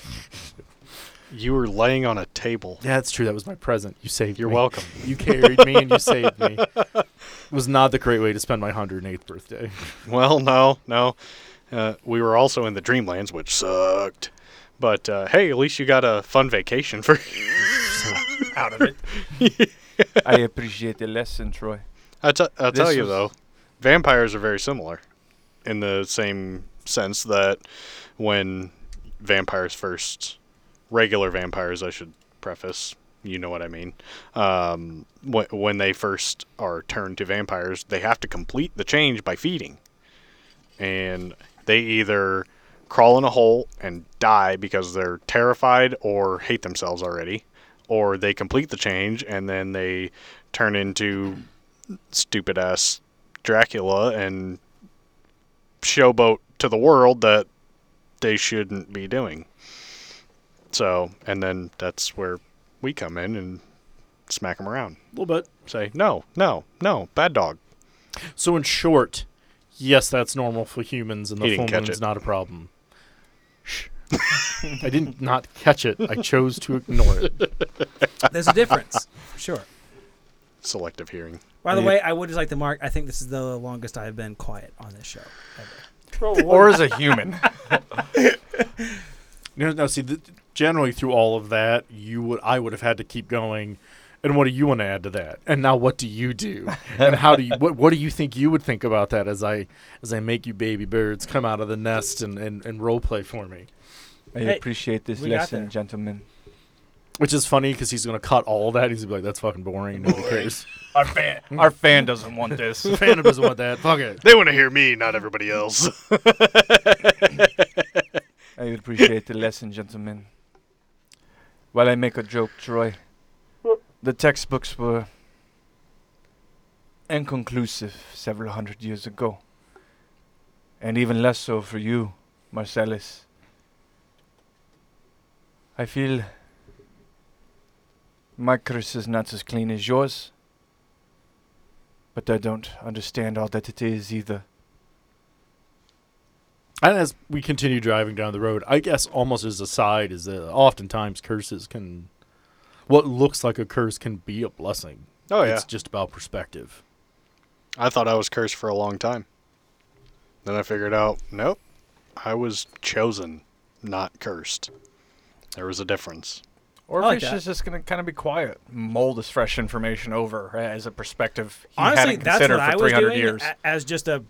S4: You were laying on a table.
S1: Yeah, that's true. That was my present. You saved
S4: You're
S1: me.
S4: welcome.
S1: You carried me and you saved me. It was not the great way to spend my 108th birthday.
S4: Well, no, no. Uh, we were also in the Dreamlands, which sucked. But uh, hey, at least you got a fun vacation for.
S3: out of it. I appreciate the lesson, Troy.
S4: I t- I'll tell
S3: This
S4: you
S3: was-
S4: though, vampires are very similar, in the same sense that when vampires first, regular vampires, I should preface, you know what I mean. Um, wh- when they first are turned to vampires, they have to complete the change by feeding, and they either crawl in a hole and die because they're terrified or hate themselves already. Or they complete the change and then they turn into stupid ass Dracula and showboat to the world that they shouldn't be doing. So, and then that's where we come in and smack them around.
S1: A little bit.
S4: Say, no, no, no, bad dog.
S1: So in short, yes, that's normal for humans, and the
S4: He didn't
S1: full
S4: catch
S1: moon's
S4: it.
S1: not a problem. Shh. I didn't not catch it. I chose to ignore it.
S2: There's a difference, for sure.
S4: Selective hearing.
S2: By the
S1: Yeah.
S2: way, I would just like to mark. I think this is the longest I've been quiet on this show. ever.
S3: Or as a human.
S1: Now, now see, th- generally through all of that, you would I would have had to keep going. And what do you want to add to that? And now, what do you do? And how do you what What do you think you would think about that as I as I make you baby birds come out of the nest and and, and role play for me?
S3: I
S2: Hey,
S3: appreciate this
S2: we got lesson, there.
S3: gentlemen.
S1: Which is funny because he's gonna cut all that. He's gonna be like, "That's fucking boring. Nobody cares.
S3: Our fan, our fan doesn't want this.
S1: Fandom doesn't want that. Fuck it."
S4: They want to hear me, not everybody else.
S3: I appreciate the lesson, gentlemen. While I make a joke, Troy, the textbooks were inconclusive several hundred years ago. And even less so for you, Marcellus. I feel my curse is not as clean as yours, but I don't understand all that it is either.
S1: And as we continue driving down the road, I guess almost as a side is that oftentimes curses can, what looks like a curse can be a blessing.
S4: oh, yeah.
S1: It's just about perspective.
S4: I thought I was cursed for a long time. Then I figured out, nope, I was chosen, not cursed. There was a difference.
S3: Or
S2: I like
S3: if it's
S2: that.
S3: just going to kind of be quiet, mold this fresh information over uh, as a perspective he
S2: Honestly,
S3: hadn't
S2: that's
S3: considered
S2: what I
S3: for
S2: was
S3: 300
S2: doing
S3: years.
S2: a- as just a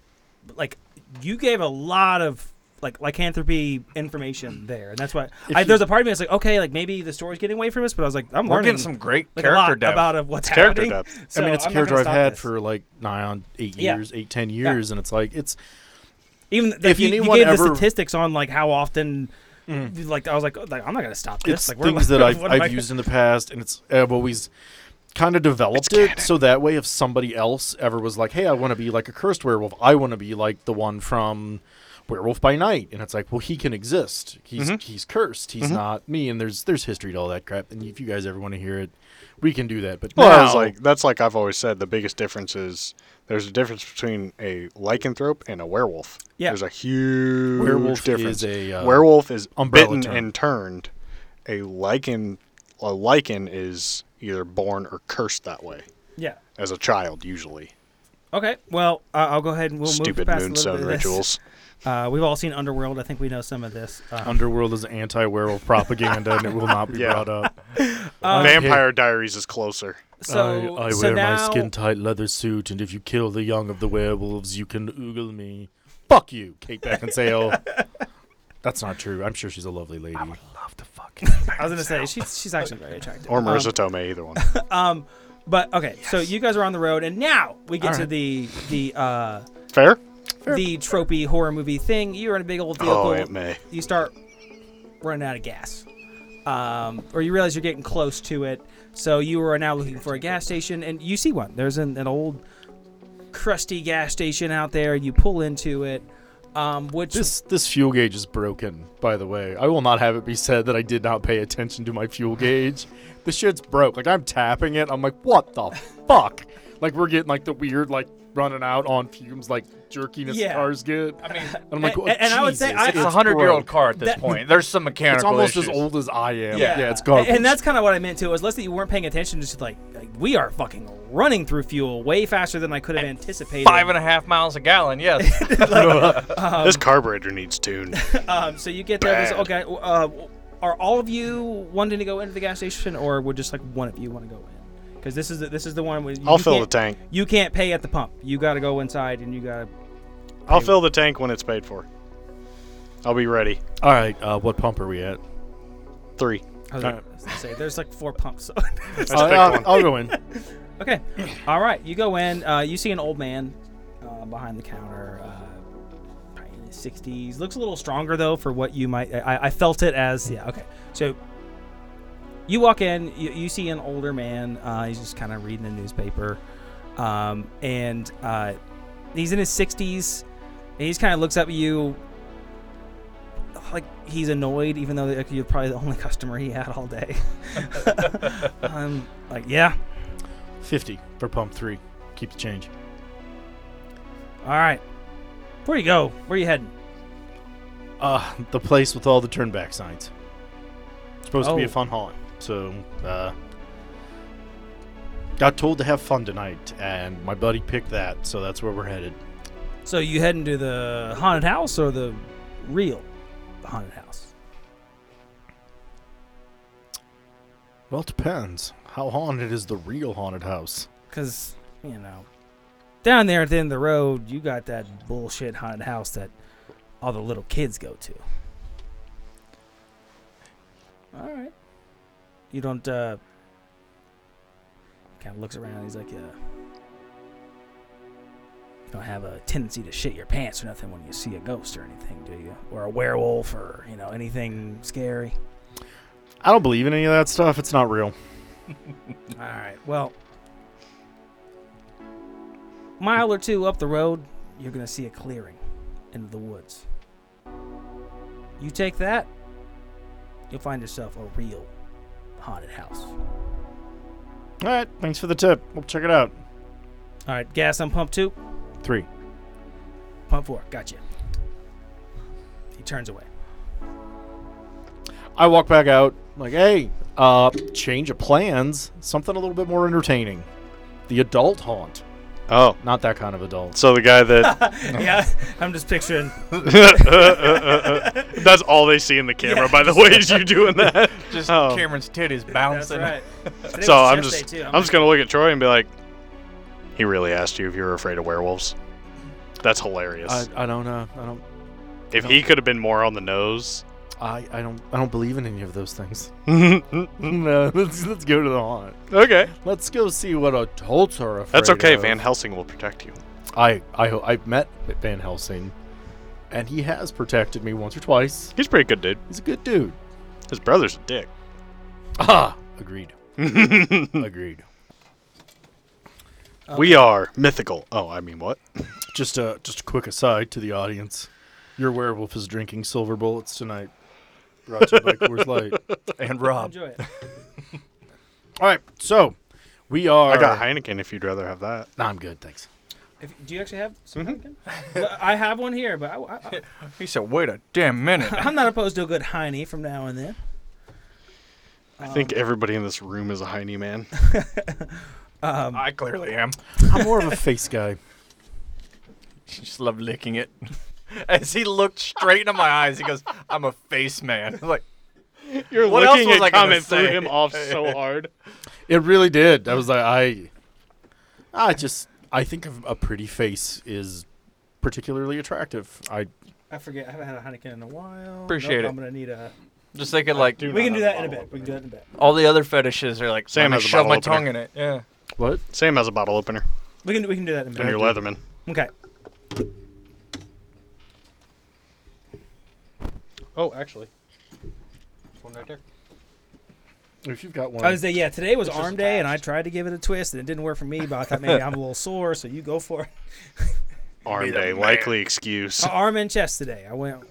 S2: like. You gave a lot of like lycanthropy information there, and that's why I, there's a part of me that's like, okay, like maybe the story's getting away from us, but I was like, I'm
S3: We're
S2: learning
S3: getting some great
S2: like, a
S3: character
S2: lot
S3: depth.
S2: about of what's
S4: character
S2: happening.
S4: depth.
S2: So
S1: I mean, it's a
S2: I'm not
S1: character
S2: gonna
S1: I've
S2: stop
S1: had
S2: this.
S1: for like nigh on eight
S2: Yeah.
S1: years, eight, ten years, and it's like it's
S2: even like,
S1: if
S2: you, you
S1: anyone
S2: gave
S1: ever-
S2: the statics on like how often. Like I was like, oh, like, I'm not gonna stop
S1: it's
S2: this. like
S1: things that I've,
S2: what am
S1: I've
S2: I-
S1: used in the past, and it's I've always kind of developed it so that way if somebody else ever was like, "Hey, I want to be like a cursed werewolf. I want to be like the one from Werewolf by Night," and it's like, "Well, he can exist. He's he's cursed. He's not me." And there's there's history to all that crap. And if you guys ever want to hear it, we can do that. But
S4: Well, I was
S1: now-
S4: like, that's like I've always said. The biggest difference is there's a difference between a lycanthrope and a werewolf.
S2: Yeah.
S4: there's a huge
S1: Werewolf
S4: difference.
S1: is a, uh,
S4: werewolf is
S1: umbrella
S4: bitten
S1: term.
S4: and turned. A lichen, a lichen is either born or cursed that way
S2: yeah.
S4: as a child, usually.
S2: Okay. Well, uh, I'll go ahead and we'll move
S4: Stupid
S2: past a little bit
S4: moonstone
S2: of this.
S4: rituals.
S2: Uh, we've all seen Underworld. I think we know some of this. Uh,
S1: Underworld is anti-werewolf propaganda, and it will not be
S4: Yeah.
S1: brought up.
S2: Um,
S4: Vampire Diaries is closer.
S2: so
S1: I, I
S2: so
S1: wear
S2: now,
S1: my skin-tight leather suit, and if you kill the young of the werewolves, you can oogle me. Fuck you, Kate Beckinsale. That's not true. I'm sure she's a lovely lady.
S2: I was gonna say she's she's actually very attractive.
S4: Or
S2: Um,
S4: Marissa Tomei, either one.
S2: but okay, so you guys are on the road, and now we get
S1: All
S2: to
S1: right.
S2: the the uh,
S4: Fair?
S2: the tropey horror movie thing. You're in a big old vehicle.
S4: Oh, Aunt May.
S2: you start running out of gas. Um, or you realize you're getting close to it, so you are now looking for a gas station, and you see one. There's an, an old, crusty gas station out there. You pull into it, um, which
S1: This this fuel gauge is broken, by the way. I will not have it be said that I did not pay attention to my fuel gauge. This shit's broke. Like I'm tapping it. I'm like, what the fuck? Like we're getting like the weird like
S5: running out on fumes like jerkiness
S2: Yeah.
S5: cars get. I mean, and I'm like,
S2: and-
S5: "Oh,
S2: and I would say
S5: Jesus,
S2: I-
S3: It's a
S5: it's
S3: hundred year old
S5: broke."
S3: car at this
S2: That-
S3: point. There's some mechanical
S5: It's almost
S3: issues.
S5: as old as I am.
S3: Yeah.
S5: Yeah, it's garbage.
S2: And that's kind of what I meant too. Was less that you weren't paying attention, just like, like we are fucking running through fuel way faster than I could have anticipated.
S3: Five and a half miles a gallon. Yes.
S4: this carburetor needs tuned.
S2: Um, so you get there. there's-
S4: Bad.
S2: Okay. Uh, are all of you wanting to go into the gas station, or would just like one of you want to go in? Because this is the, this is the one where you,
S4: I'll
S2: you
S4: fill the
S2: can't-
S4: tank.
S2: You can't pay at the pump. You got to go inside, and you got to.
S4: I'll fill the tank when it's paid for. I'll be ready.
S1: All right, uh, what pump are we at?
S4: Three.
S2: I was gonna say there's like four pumps. So.
S4: That's
S1: Uh,
S4: a big
S1: I'll,
S4: one.
S1: I'll go in.
S2: okay. All right. You go in. Uh, you see an old man uh, behind the counter. Uh, probably in his 60s looks a little stronger though for what you might I, I felt it as yeah okay so you walk in you, you see an older man uh, he's just kind of reading the newspaper um, and uh, he's in his 60s and he just kind of looks up at you like he's annoyed even though like, you're probably the only customer he had all day um, like yeah
S1: 50 for pump three. Keep the change.
S2: All right. Where you go? Where you heading?
S1: Uh, the place with all the turnback signs. It's supposed to be
S2: Oh.
S1: a fun haunt. So, uh, got told to have fun tonight, and my buddy picked that, so that's where we're headed.
S2: So you heading to the haunted house or the real haunted house?
S1: Well, it depends. How haunted is the real haunted house?
S2: Because, you know, down there at the end of the road, you got that bullshit haunted house that all the little kids go to. All right. You don't, uh, kind of looks around. He's like, uh, you don't have a tendency to shit your pants or nothing when you see a ghost or anything, do you? Or a werewolf or, you know, anything scary?
S1: I don't believe in any of that stuff. It's not real.
S2: All right. Well, mile or two up the road, you're going to see a clearing into the woods. You take that, you'll find yourself a real haunted house.
S1: All right, thanks for the tip. We'll check it out.
S2: All right, gas on pump two,
S1: Three.
S2: pump four. Gotcha. He turns away.
S1: I walk back out, like, hey, uh, change of plans. Something a little bit more entertaining. The adult haunt.
S4: Oh,
S1: Not that kind of adult.
S4: so the guy that
S2: yeah, I'm just picturing.
S4: that's all they see in the camera, by the way, is you doing that.
S3: Just
S4: Oh.
S3: Cameron's titties bouncing.
S2: Today
S4: so
S2: was
S4: I'm
S2: chest
S4: just
S2: day, too.
S4: I'm just gonna look at Troy and be like, he really asked you if you were afraid of werewolves. That's hilarious.
S1: I, I don't know. I don't.
S4: if he could have been more on the nose.
S1: I, I don't I don't believe in any of those things.
S4: okay.
S1: no, let's let's go to the haunt. Let's go see what adults are afraid.
S4: That's okay.
S1: of.
S4: Van Helsing will protect you.
S1: I I ho- I've met Van Helsing, and he has protected me once or twice.
S4: He's a pretty good, dude.
S1: He's a good dude.
S4: His brother's a dick.
S1: Ah, agreed. agreed.
S4: We are mythical. Oh, I mean what?
S1: Just a just a quick aside to the audience. Your werewolf is drinking silver bullets tonight. Brought to you by Coors Light.
S3: And Rob.
S2: Enjoy it.
S1: All right, so we are.
S4: I got Heineken if you'd rather have that.
S1: Nah, I'm good, thanks.
S2: If, do you actually have some? Heineken? Well, I have one here, but I, I,
S3: He said, "Wait a damn minute."
S2: I'm not opposed to a good Heine from now and then.
S4: I think everybody in this room is a Heine man.
S2: Um,
S3: I clearly am.
S1: I'm more of a face guy.
S3: She just loved licking it. As he looked straight into my eyes, he goes, "I'm a face man." like,
S4: You're
S3: What else
S4: looking
S3: was I
S4: at
S3: gonna
S4: comment threw
S3: say?
S4: him off so hard.
S1: It really did. I was like, I, I just, I think of a pretty face is particularly attractive. I
S2: I forget. I haven't had a Heineken in a while.
S3: Appreciate it.
S2: I'm gonna need a.
S3: just thinking, like,
S2: We can do that in a bit. We can do that in a bit.
S3: all the other fetishes are like,
S4: Sam
S3: "Let me
S4: has a
S3: shove
S4: bottle
S3: my
S4: opener.
S3: tongue in it." Yeah.
S1: what?
S4: Sam has a bottle opener
S2: We can we can do that in a
S4: and
S2: bit.
S4: your Leatherman.
S2: Okay.
S4: Oh, actually.
S1: If you've got one,
S2: I was say yeah. Today was arm day, and I tried to give it a twist, and it didn't work for me. But I thought maybe I'm a little sore, so you go for it.
S4: Arm day, likely excuse.
S2: Uh, arm and chest today. I went.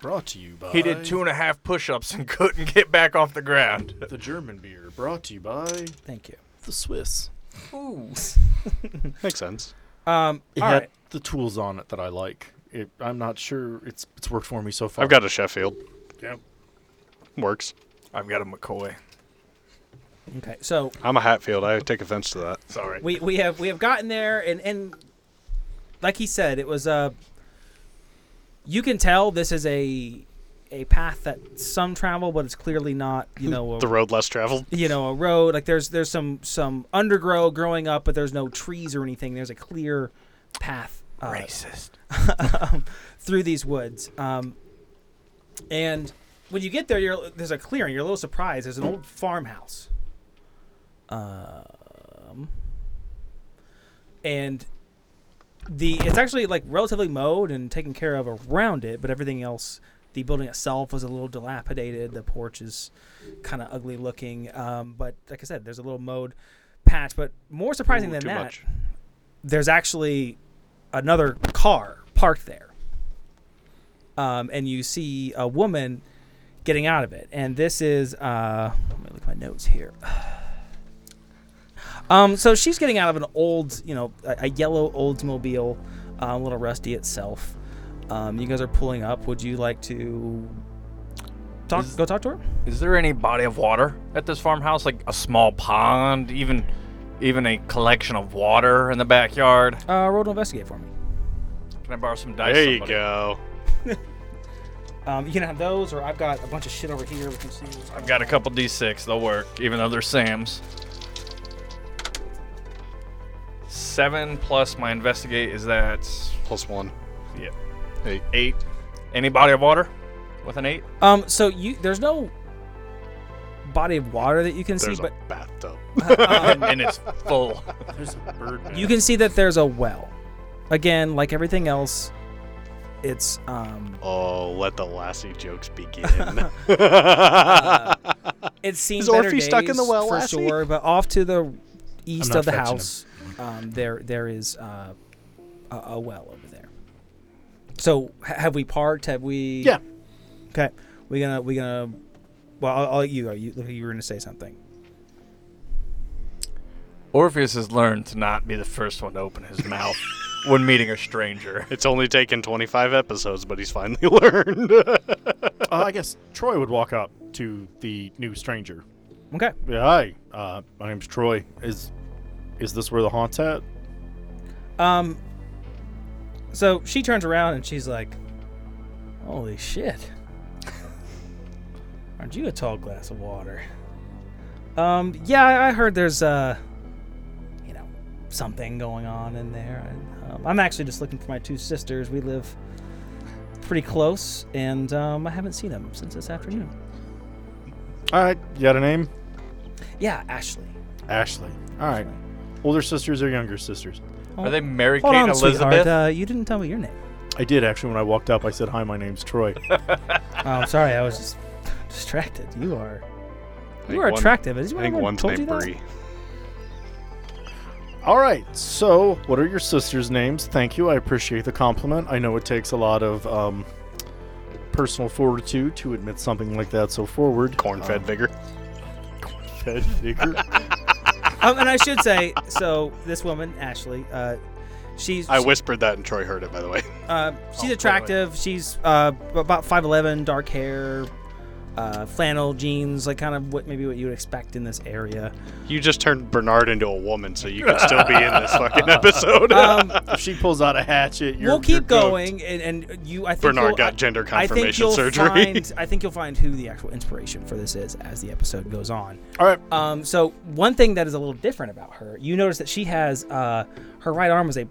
S1: brought to you by
S3: He did two and a half push-ups and couldn't get back off the ground.
S1: the German beer, brought to you by
S2: Thank you.
S1: the Swiss.
S4: Makes sense.
S2: Um,
S1: It
S2: all
S1: had
S2: right.
S1: the tools on it that I like. It, I'm not sure it's it's worked for me so far.
S4: I've got a Sheffield.
S1: Yep.
S4: Works.
S3: I've got a McCoy.
S2: Okay, so
S4: I'm a Hatfield. I take offense to that.
S3: Sorry.
S2: we we have we have gotten there, and and like he said, it was Uh, you can tell this is a a path that some travel, but it's clearly not. You know, a,
S4: The road less traveled.
S2: you know a road like there's there's some some undergrowth growing up but there's no trees or anything there's a clear path uh,
S3: Racist.
S2: through these woods um, and when you get there you're there's a clearing you're a little surprised there's an old farmhouse um, and the it's actually like relatively mowed and taken care of around it but everything else the building itself was a little dilapidated the porch is kind of ugly looking um, but like i said there's a little mowed patch but more surprising
S4: Ooh,
S2: than
S4: too
S2: that
S4: much.
S2: there's actually another car parked there. Um, and you see a woman getting out of it. And this is, uh, let me look at my notes here. um, so she's getting out of an old, you know, a, a yellow Oldsmobile, uh, a little rusty itself. Um, you guys are pulling up. Would you like to talk?
S3: Is-
S2: go talk to her.
S3: Is there any body of water at this farmhouse? Like a small pond, even even a collection of water in the backyard?
S2: Uh, roll to investigate for me.
S3: Can I borrow some dice?
S4: There you
S3: somebody?
S4: go.
S2: Um, you can have those, or I've got a bunch of shit over here. We can see.
S3: I've got a couple D6. They'll work, even though they're Sam's. Seven plus my investigate is that
S4: Plus one.
S3: yeah,
S4: Hey.
S3: eight. Any body of water with an eight?
S2: Um, so you there's no body of water that you can
S4: There's
S2: see,
S4: a bathtub.
S2: but um,
S3: and it's full.
S1: There's a bird.
S2: you can see that there's a well. Again, like everything else, it's um,
S4: Oh, let the lassie jokes begin.
S2: it's seen
S4: Is
S2: better
S4: Orpheus stuck in
S2: days
S4: the well,
S2: for
S4: Lassie?
S2: sure. But off to the east
S1: not
S2: of the
S1: fetching him.
S2: house, um, there there is uh, a, a well over there. So ha- have we parked? Have we?
S1: Yeah.
S2: Okay, we gonna we gonna. Well, I'll, I'll let you go. You you were gonna say something.
S3: Orpheus has learned to not be the first one to open his mouth when meeting a stranger.
S4: it's only taken 25 episodes, but he's finally learned.
S1: Uh, I guess Troy would walk up to the new stranger.
S2: Okay.
S1: Yeah, hi. Uh, my name's Troy. Is is this where the haunt's at?
S2: Um. So she turns around and she's like, "Holy shit! Aren't you a tall glass of water?" Um. Yeah, I I heard there's uh, you know, something going on in there. And, um, I'm actually just looking for my two sisters. We live pretty close, and um, I haven't seen them since this afternoon.
S1: All right. You got a name?
S2: Yeah, Ashley.
S1: Ashley. All right. Older sisters or younger sisters?
S3: Are they Mary
S2: Hold
S3: Kate
S2: on,
S3: and Elizabeth?
S2: sweetheart. Uh, you didn't tell me your name.
S1: I did actually. When I walked up, I said, "Hi, my name's Troy."
S2: Oh, I'm sorry, I was just distracted. You are. You
S4: think
S2: are
S4: one-
S2: attractive. Is
S4: I
S2: anyone
S4: think
S2: ever
S4: one's
S2: told you
S4: named
S2: that?
S4: Bree.
S1: All right. So, what are your sisters' names? Thank you. I appreciate the compliment. I know it takes a lot of um, personal fortitude to admit something like that so forward.
S4: Corn-fed vigor.
S1: Corn-fed vigor.
S2: um, and I should say, so this woman, Ashley, uh, she's
S4: I Oh, whispered that and Troy heard it, by the way.
S2: uh, she's attractive. She's uh, about five eleven, dark hair, uh, flannel jeans, like kind of what maybe what you would expect in this area.
S4: You just turned Bernard into a woman, so you could still be in this fucking episode.
S2: Um,
S1: if she pulls out a hatchet, you're,
S2: we'll
S1: you're cooked.
S2: keep going, and, and you, I think
S4: Bernard
S2: you'll-
S4: got
S2: I-
S4: gender
S2: I think
S4: confirmation
S2: you'll
S4: surgery.
S2: find. I think you'll find who the actual inspiration for this is as the episode goes on.
S1: All right.
S2: Um, so one thing that is a little different about her, you notice that she has uh, her right arm is a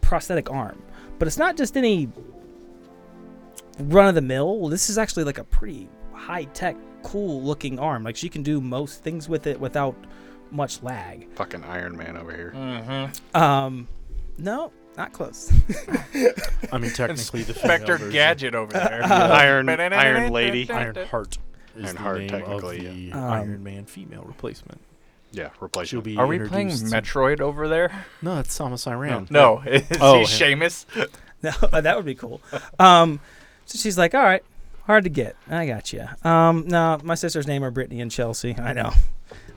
S2: prosthetic arm, but it's not just any run of the mill. This is actually like a pretty high tech, cool looking arm. Like she can do most things with it without much lag.
S4: fucking Iron Man over here.
S2: Um, no, not close.
S1: I mean, technically, the female
S3: Inspector
S1: version.
S3: Gadget over there.
S4: Iron, Iron Lady.
S1: Iron Heart is
S4: Iron
S1: the
S4: Heart,
S1: name
S4: technically,
S1: of the
S2: Um,
S1: Iron Man female replacement.
S4: Yeah, replace
S1: She'll
S4: you.
S1: be.
S3: Are we playing
S1: introduced-
S3: Metroid over there?
S1: No, it's Samus Iran.
S3: No, is
S1: Oh,
S3: he
S1: him.
S3: Seamus?
S2: No, that would be cool. Um, so she's like, all right, Hard to get. I got you. Um, no, my sister's name are Brittany and Chelsea. I know.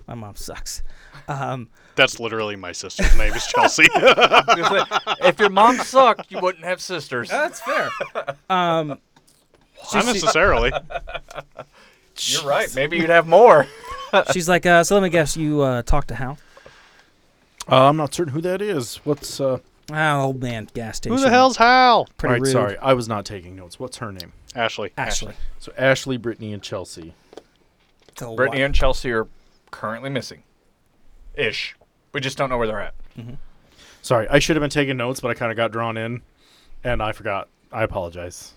S2: My mom sucks. Um,
S4: That's literally my sister's name is Chelsea.
S3: if your mom sucked, you wouldn't have sisters.
S2: that's fair. um,
S4: Not necessarily.
S3: You're right. Maybe you'd have more.
S2: she's like, uh, so let me guess, you uh, talked to Hal?
S1: Uh, I'm not certain who that is. What's uh?
S2: Ah, old man, gas station.
S4: Who the hell's Hal?
S2: Pretty
S1: all right,
S2: rude.
S1: sorry, I was not taking notes. What's her name?
S4: Ashley.
S2: Ashley.
S1: So Ashley, Brittany, and Chelsea.
S2: So
S3: Brittany
S2: why-
S3: and Chelsea are currently missing, ish. We just don't know where they're at.
S1: Sorry, I should have been taking notes, but I kind of got drawn in, and I forgot. I apologize.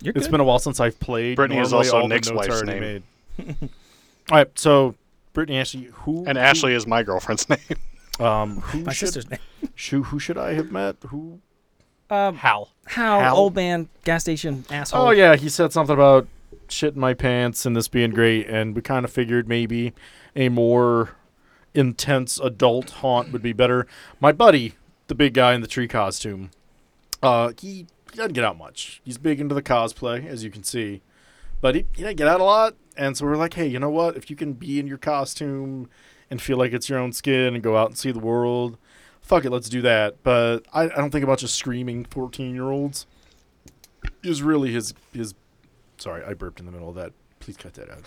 S2: You're
S1: It's
S2: good.
S1: been a while since I've played.
S4: Brittany is
S1: Normally,
S4: also
S1: all the
S4: Nick's
S1: notes are
S4: wife's
S1: already
S4: name.
S1: made. all right, so Brittany, Ashley, who
S4: And Ashley is my girlfriend's name.
S1: Um, who
S2: my
S1: should,
S2: sister's name.
S1: Shoo, who should I have met? Who?
S2: Um,
S3: Hal.
S2: Hal,
S1: Hal?
S2: old man, gas station asshole.
S1: Oh yeah, he said something about shit in my pants and this being great, and we kind of figured maybe a more intense adult haunt would be better. My buddy, the big guy in the tree costume, uh, he, he doesn't get out much. He's big into the cosplay, as you can see, but he, he doesn't get out a lot. And so we're like, hey, you know what? If you can be in your costume and feel like it's your own skin and go out and see the world, fuck it, let's do that. But I, I don't think a bunch of screaming fourteen year olds is really his his. Sorry, I burped in the middle of that. Please cut that out.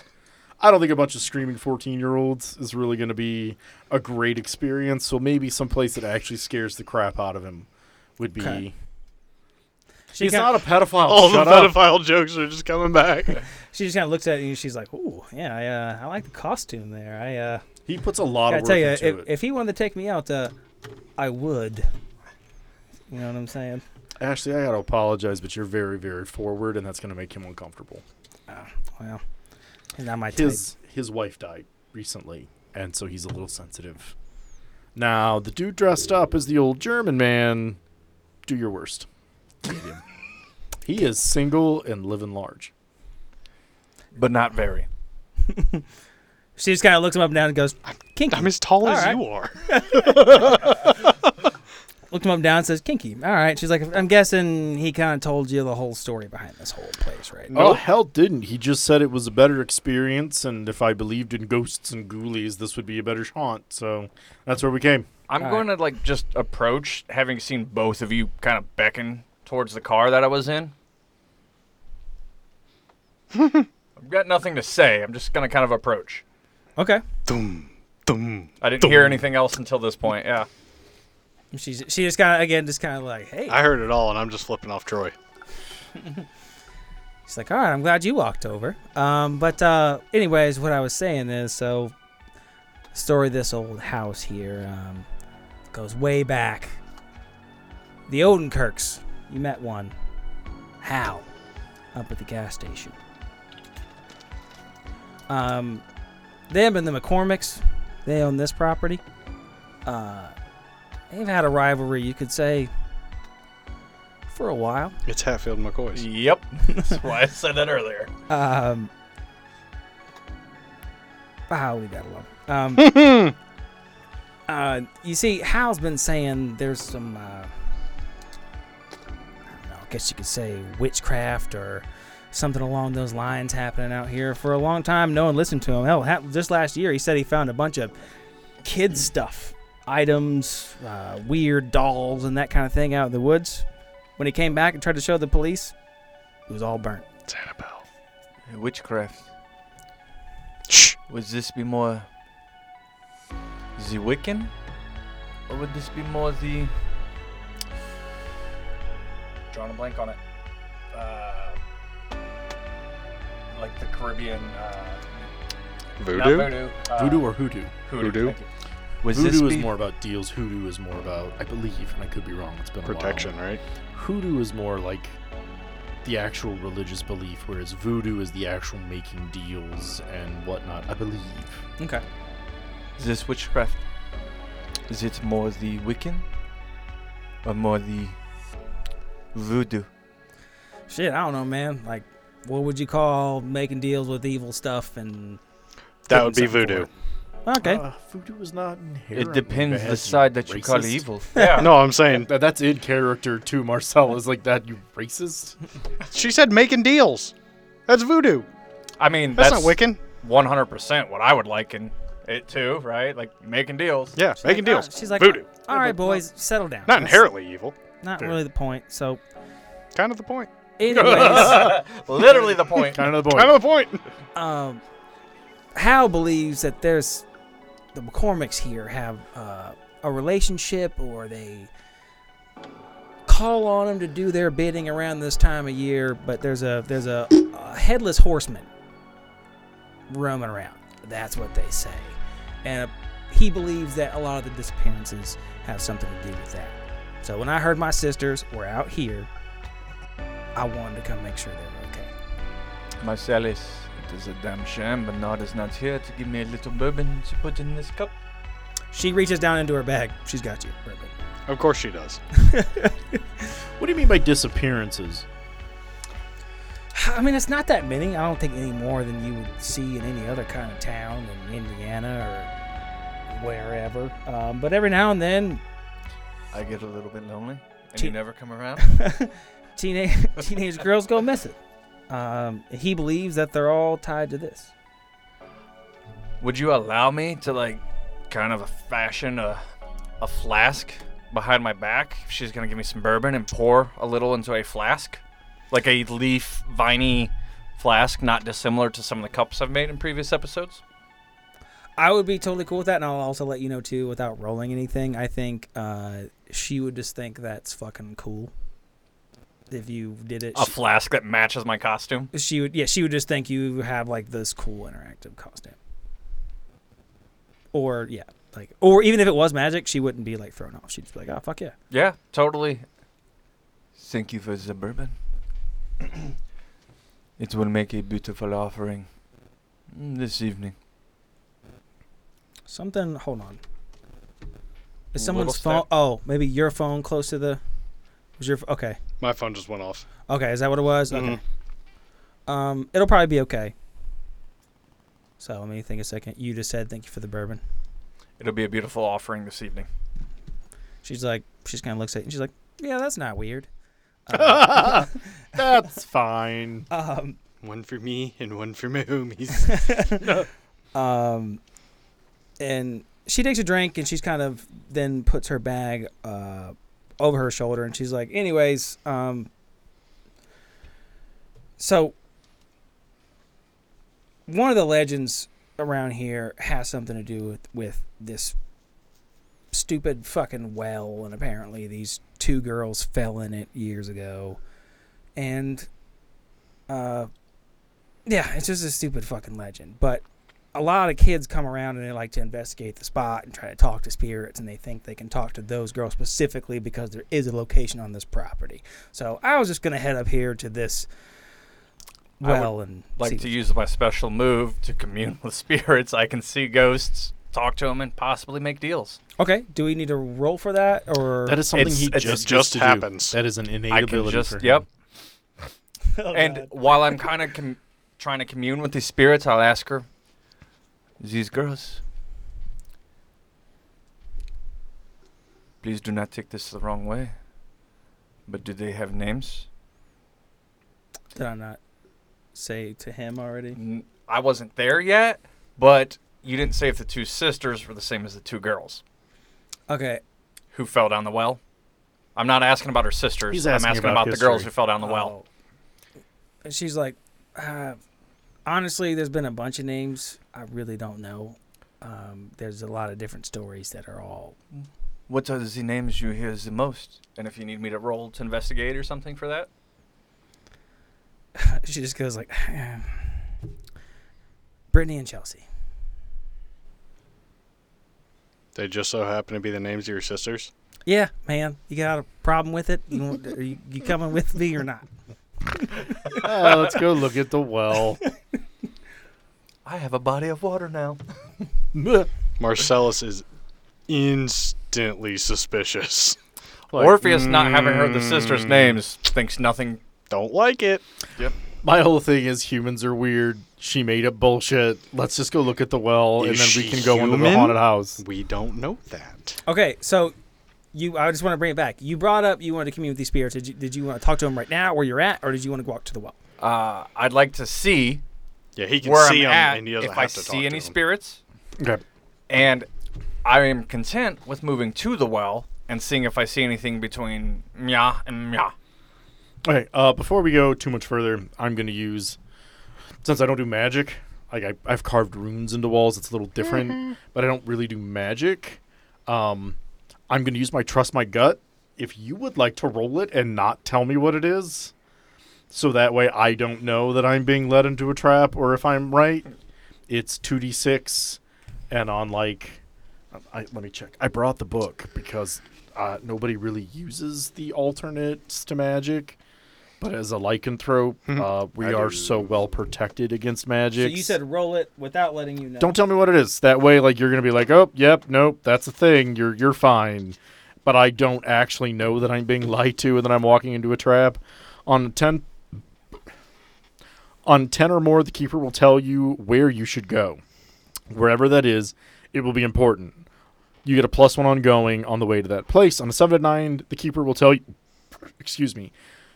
S1: I don't think a bunch of screaming fourteen year olds is really going to be a great experience. So maybe someplace that actually scares the crap out of him would be.
S2: Okay. She
S1: He's
S2: kinda-
S1: not a pedophile.
S4: All
S1: Shut
S4: the
S1: up.
S4: pedophile jokes are just coming back.
S2: She just kind of looks at you and she's like, "Ooh, yeah, I, uh, I like the costume there. I uh,
S1: He puts a lot
S2: gotta
S1: of work
S2: tell you,
S1: into
S2: if,
S1: it.
S2: if he wanted to take me out, uh, I would. You know what I'm saying?
S1: Ashley, I gotta apologize, but you're very, very forward, and that's gonna make him uncomfortable.
S2: Well, he's not my type.
S1: His his wife died recently, and so he's a little sensitive. Now, the dude dressed up as the old German man. Do your worst. Medium. he is single and living large.
S3: But not very.
S2: She just kind of looks him up and down and goes, "Kinky."
S4: I'm as tall
S2: All
S4: as
S2: right.
S4: you are.
S2: Looked him up and down and says, "Kinky." All right. She's like, "I'm guessing he kind of told you the whole story behind this whole place, right?"
S1: Oh hell, didn't he just said it was a better experience, and if I believed in ghosts and ghoulies, this would be a better haunt. So that's where we came.
S3: I'm
S2: All
S3: going to like just approach, having seen both of you kind of beckon towards the car that I was in. I've got nothing to say. I'm just going to kind of approach.
S2: Okay.
S4: Thum, thum.
S3: I didn't hear anything else until this point. Yeah.
S2: She's she just kind of again just kind of like, "Hey."
S4: I heard it all, and I'm just flipping off Troy.
S2: She's like, all right, I'm glad you walked over. Um, but uh, anyways, what I was saying is, so story of this old house here um, goes way back. The Odenkirks. You met one. How? Up at the gas station. Um, them and the McCormicks. They own this property. Uh, they've had a rivalry, you could say, for a while.
S4: It's Hatfield McCoy's.
S3: Yep. That's why I said that earlier.
S2: Um, I'll leave that alone. Um, uh, you see, Hal's been saying there's some, uh, I don't know, I guess you could say witchcraft or something along those lines happening out here for a long time. No one listened to him. Hell, ha- just last year, he said he found a bunch of kid stuff, items, uh, weird dolls, and that kind of thing out in the woods. When he came back and tried to show the police, it was all burnt.
S4: It's Annabelle.
S3: Witchcraft.
S4: Shh.
S3: Would this be more the Wiccan? Or would this be more the. Drawing a blank on it. Uh, like the Caribbean. Uh, not
S4: Voodoo?
S3: voodoo. Uh,
S1: Voodoo or hoodoo?
S4: Voodoo?
S3: thank you. Was
S1: Voodoo
S3: this
S1: is
S3: be-
S1: more about deals. Hoodoo is more about, I believe, and I could be wrong. It's been
S4: Protection,
S1: A
S4: right?
S1: while. Hoodoo is more like the actual religious belief, whereas voodoo is the actual making deals and whatnot. I believe.
S2: Okay.
S3: This witchcraft. Is it more the Wiccan? Or more the. Voodoo?
S2: Shit, I don't know, man. Like, what would you call making deals with evil stuff? And
S4: That would be
S2: Something
S4: voodoo.
S2: okay,
S1: Uh, voodoo is not inherent.
S3: It depends the side that you call evil. Yeah.
S4: No, I'm saying
S1: that's in character too. Marcel is like that. You racist.
S4: she said making deals. That's voodoo.
S3: I mean,
S4: That's,
S3: that's,
S4: not Wiccan.
S3: 100% what I would like in it too, right? Like making deals.
S4: Yeah,
S2: Like,
S4: making deals.
S2: ah, She's like,
S4: voodoo.
S2: All right, boys, settle down.
S4: Not
S2: That's
S4: inherently evil.
S2: Not really the point. So,
S4: Kind of the point.
S2: anyways,
S3: Literally the point.
S5: Kind of the point.
S4: Kind of the point.
S2: um, Hal believes that there's the McCormicks here have uh, a relationship, or they call on him to do their bidding around this time of year. But there's a there's a, a headless horseman roaming around. That's what they say, and he believes that a lot of the disappearances have something to do with that. So when I heard my sisters were out here, I wanted to come make sure they were okay.
S3: Marcellus, it is a damn shame, but Nada's not here to give me a little bourbon to put in this cup.
S2: She reaches down into her bag. She's got you. Perfect.
S4: Of course she does.
S1: What do you mean by disappearances?
S2: I mean, it's not that many. I don't think any more than you would see in any other kind of town in Indiana or wherever. Um, but every now and then,
S3: I get a little bit lonely, and
S2: Gee.
S3: you never come around.
S2: teenage teenage girls go missing. Um, he believes that they're all tied to this.
S3: Would you allow me to like, kind of fashion a, a flask behind my back? She's gonna give me some bourbon and pour a little into a flask, like a leaf viney flask, not dissimilar to some of the cups I've made in previous episodes.
S2: I would be totally cool with that, and I'll also let you know too, without rolling anything. I think uh, she would just think that's fucking cool. If you did it,
S3: A flask that matches my costume.
S2: she, she would. Yeah, she would just think you have like this cool interactive costume. Or yeah, like, or even if it was magic, she wouldn't be like thrown off. She'd just be like, "Oh fuck yeah!"
S3: Yeah, totally. Thank you for the bourbon. it will make a beautiful offering mm, this evening.
S2: Something. Hold on. Is
S3: Little
S2: someone's
S3: step.
S2: phone? Oh, maybe your phone close to the. Was your okay?
S4: My phone just went off.
S2: Okay, is that what it was? Okay.
S4: Mhm.
S3: Mm-hmm.
S2: Um, it'll probably be okay. So let me think a second. You just said thank you for the bourbon.
S3: It'll be a beautiful offering this evening.
S2: She's like, she's kind of looks at it and she's like, yeah, that's not weird. Uh,
S5: That's fine.
S2: um,
S4: One for me and one for my homies.
S2: um, and she takes a drink and she's kind of then puts her bag uh, over her shoulder and she's like, anyways, um, so one of the legends around here has something to do with, with this stupid fucking well and apparently these two girls fell in it years ago and uh yeah it's just a stupid fucking legend but a lot of kids come around and they like to investigate the spot and try to talk to spirits and they think they can talk to those girls specifically because there is a location on this property. So I was just gonna head up here to this
S3: I would
S2: well and see
S3: Like to
S2: what-
S3: use my special move to commune with spirits. I can see ghosts, talk to them, and possibly make deals.
S2: Okay, do we need to roll for that or
S1: That is something
S3: It's-
S1: he
S3: it's- it
S1: just, gets
S4: just
S1: to do.
S4: happens.
S1: That is an innate
S3: I can
S1: ability.
S3: just
S1: for him. Oh,
S3: yep. and while I'm kind of com- trying to commune with these spirits, I'll ask her, "These girls, please do not take this the wrong way, but do they have names?"
S2: did I not say to him already?
S3: N- I wasn't there yet, but you didn't say if the two sisters were the same as the two girls
S2: Okay.
S3: who fell down the well. I'm not asking about her sisters.
S1: He's
S3: I'm
S1: asking
S3: asking
S1: about
S3: about, the girls
S1: history.
S3: who fell down the
S1: Oh.
S3: well.
S2: And Oh. She's like, uh, honestly, there's been a bunch of names. I really don't know. Um, there's a lot of different stories that are all
S3: What are the names you hear the most? And if you need me to roll to investigate or something for that?
S2: she just goes like Brittany and Chelsea.
S4: they just so happen to be the names of your sisters.
S2: Yeah, man, you got a problem with it? You, want- are you, you coming with me or not?
S5: Uh, let's go look at the well.
S3: I have a body of water now.
S4: Marcellus is instantly suspicious.
S5: Like,
S3: Orpheus, not having heard the
S4: mm.
S3: sisters' names, thinks nothing.
S4: Don't like it.
S5: My whole thing is humans are weird. She made up bullshit. Let's just go look at the well, and
S4: Is
S5: then we
S4: she
S5: can go into the
S4: human?
S5: haunted house.
S4: We don't know that.
S2: Okay, so you, I just want to bring it back. You brought up you wanted to commune with these spirits. Did you, did you want to talk to them right now, where you're at, or did you want to go out to the well?
S3: Uh, I'd like to see
S4: Yeah, he can
S3: where
S4: see
S3: I'm
S4: him,
S3: at
S4: and he doesn't
S3: if
S4: have
S3: I
S4: to
S3: see
S4: talk
S3: any
S4: to him.
S3: spirits,
S1: Okay.
S3: and I am content with moving to the well and seeing if I see anything between Mya and Mya.
S1: Okay. Uh, before we go too much further, I'm going to use since I don't do magic. Like I, I've carved runes into walls. It's a little different, but I don't really do magic. Um, I'm going to use my trust my gut. If you would like to roll it and not tell me what it is, so that way I don't know that I'm being led into a trap or if I'm right. It's two d six, and on like, I, let me check. I brought the book because uh, nobody really uses the alternates to magic. But as a lycanthrope, uh, we
S4: I
S1: are
S4: do.
S1: so well protected against
S2: Hmm. So
S1: magic.
S2: you said roll it without letting you know.
S1: Don't tell me what it is. That way, like you're gonna be like, oh, yep, nope, that's a thing. You're you're fine. But I don't actually know that I'm being lied to and that I'm walking into a trap. On ten, on ten or more, the keeper will tell you where you should go. Wherever that is, it will be important. You get a plus one on going on the way to that place. On a seven to nine, the keeper will tell you. Excuse me.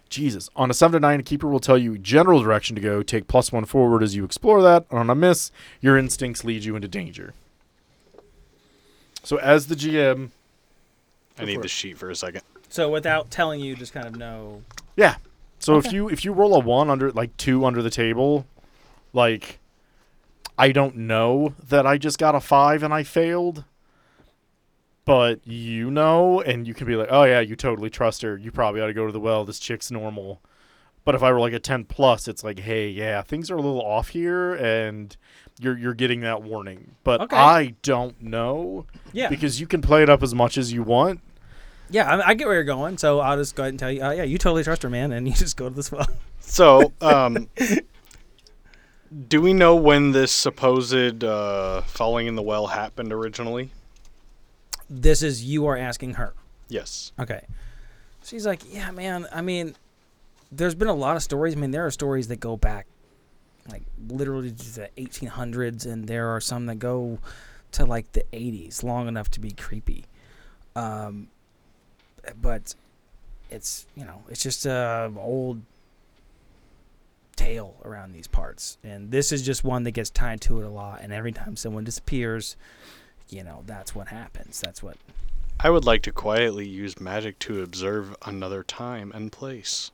S1: Jesus. On a 7 to 9, a keeper will tell you general direction to go. Take plus 1 forward as you explore that. On a miss, your instincts lead you into danger. So, as the GM,
S4: I
S1: for
S4: need
S1: it.
S4: the sheet for a second.
S2: So without telling you, just kind of know.
S1: yeah. So if you if you roll a 1 under like 2 under the table, like I don't know that I just got a 5 and I failed, but you know and you can be like, "Oh yeah, you totally trust her. You probably ought to go to the well. This chick's normal." But if I were like a 10 plus, it's like, hey, yeah, things are a little off here and you're you're getting that warning. But
S2: Okay.
S1: I don't know
S2: Yeah,
S1: because you can play it up as much as you want.
S2: yeah, I, I get where you're going. So I'll just go ahead and tell you. Uh, yeah, you totally trust her, man, and you just go to this well.
S4: So, um, do we know when this supposed uh, falling in the well happened originally?
S2: this is you are asking her.
S4: Yes.
S2: Okay. She's like, yeah, man. I mean, there's been a lot of stories. I mean, there are stories that go back, like literally to the 1800s, and there are some that go to like the 80s, long enough to be creepy. Um, but it's you know, it's just a old tale around these parts, and this is just one that gets tied to it a lot. And every time someone disappears, you know, that's what happens. That's what
S4: I would like to quietly use magic to observe another time and place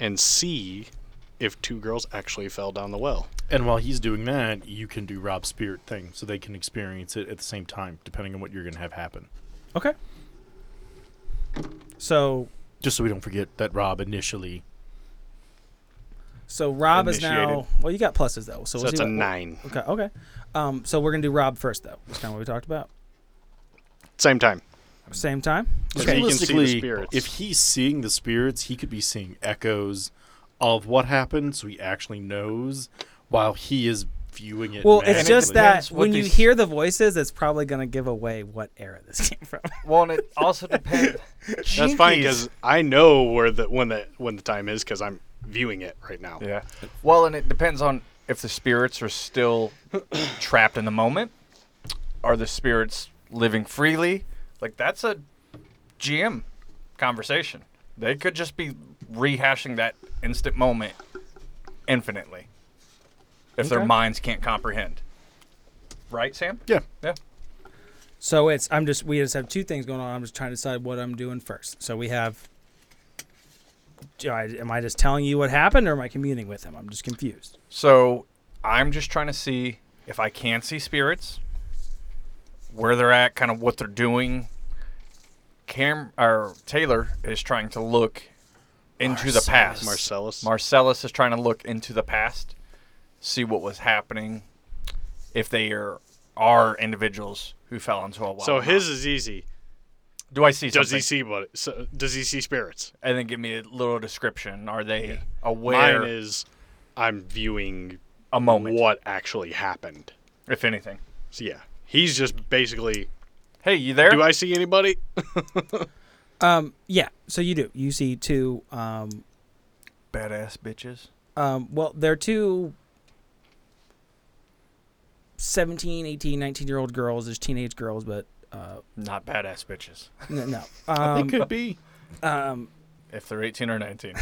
S4: and see if two girls actually fell down the well.
S1: And while he's doing that, you can do Rob's spirit thing so they can experience it at the same time, depending on what you're going to have happen.
S2: Okay. So
S1: Just so we don't forget that Rob initially.
S2: so Rob is now
S4: Initiated.
S2: well you got pluses though. So,
S4: So
S2: we'll
S4: it's
S2: see
S4: a
S2: what-
S4: nine.
S2: Okay, okay. Um so we're gonna do Rob first though. That's kinda what we talked about.
S4: Same time.
S2: Same time.
S4: Okay. he can see the
S1: Realistically,
S4: spirits.
S1: if he's seeing the spirits, he could be seeing echoes of what happened, so he actually knows while he is viewing it.
S2: Well, it's
S3: And it
S2: just that
S3: depends what
S2: when you
S3: these-
S2: hear the voices, it's probably gonna give away what era this came from.
S3: Well, and it also depends.
S4: That's fine because I know where the when the when the time is because I'm viewing it right now.
S3: Yeah. Well, and it depends on if the spirits are still trapped in the moment. Are the spirits living freely? Like that's a GM conversation. They could just be rehashing that instant moment infinitely if their
S2: Okay.
S3: minds can't comprehend. Right, Sam?
S1: Yeah.
S3: Yeah.
S2: so it's I'm just we just have two things going on. I'm just trying to decide what I'm doing first. So we have do I- am I just telling you what happened or am I communing with him? I'm just confused.
S3: So I'm just trying to see if I can see spirits, where they're at, kind of what they're doing. Cam or Taylor is trying to look into the past.
S4: Marcellus.
S3: Marcellus is trying to look into the past, see what was happening, if they are, are individuals who fell into a well.
S4: so
S3: or not.
S4: his is easy.
S3: do I see
S4: Does
S3: something?
S4: he see what? So, does he see spirits?
S3: and then give me a little description. Are they aware?
S4: Mine is I'm viewing
S3: a moment,
S4: what actually happened.
S3: if anything.
S4: So yeah, he's just basically.
S3: Hey, you there?
S4: Do I see anybody?
S2: Um yeah, so you do. You see two um
S3: Badass bitches.
S2: Um, well, they're two 17, 18, 19 year old girls. There's teenage girls, but uh,
S3: Not badass bitches.
S2: n- no.
S1: It
S2: Um,
S1: could be.
S2: um,
S3: If they're 18 or 19.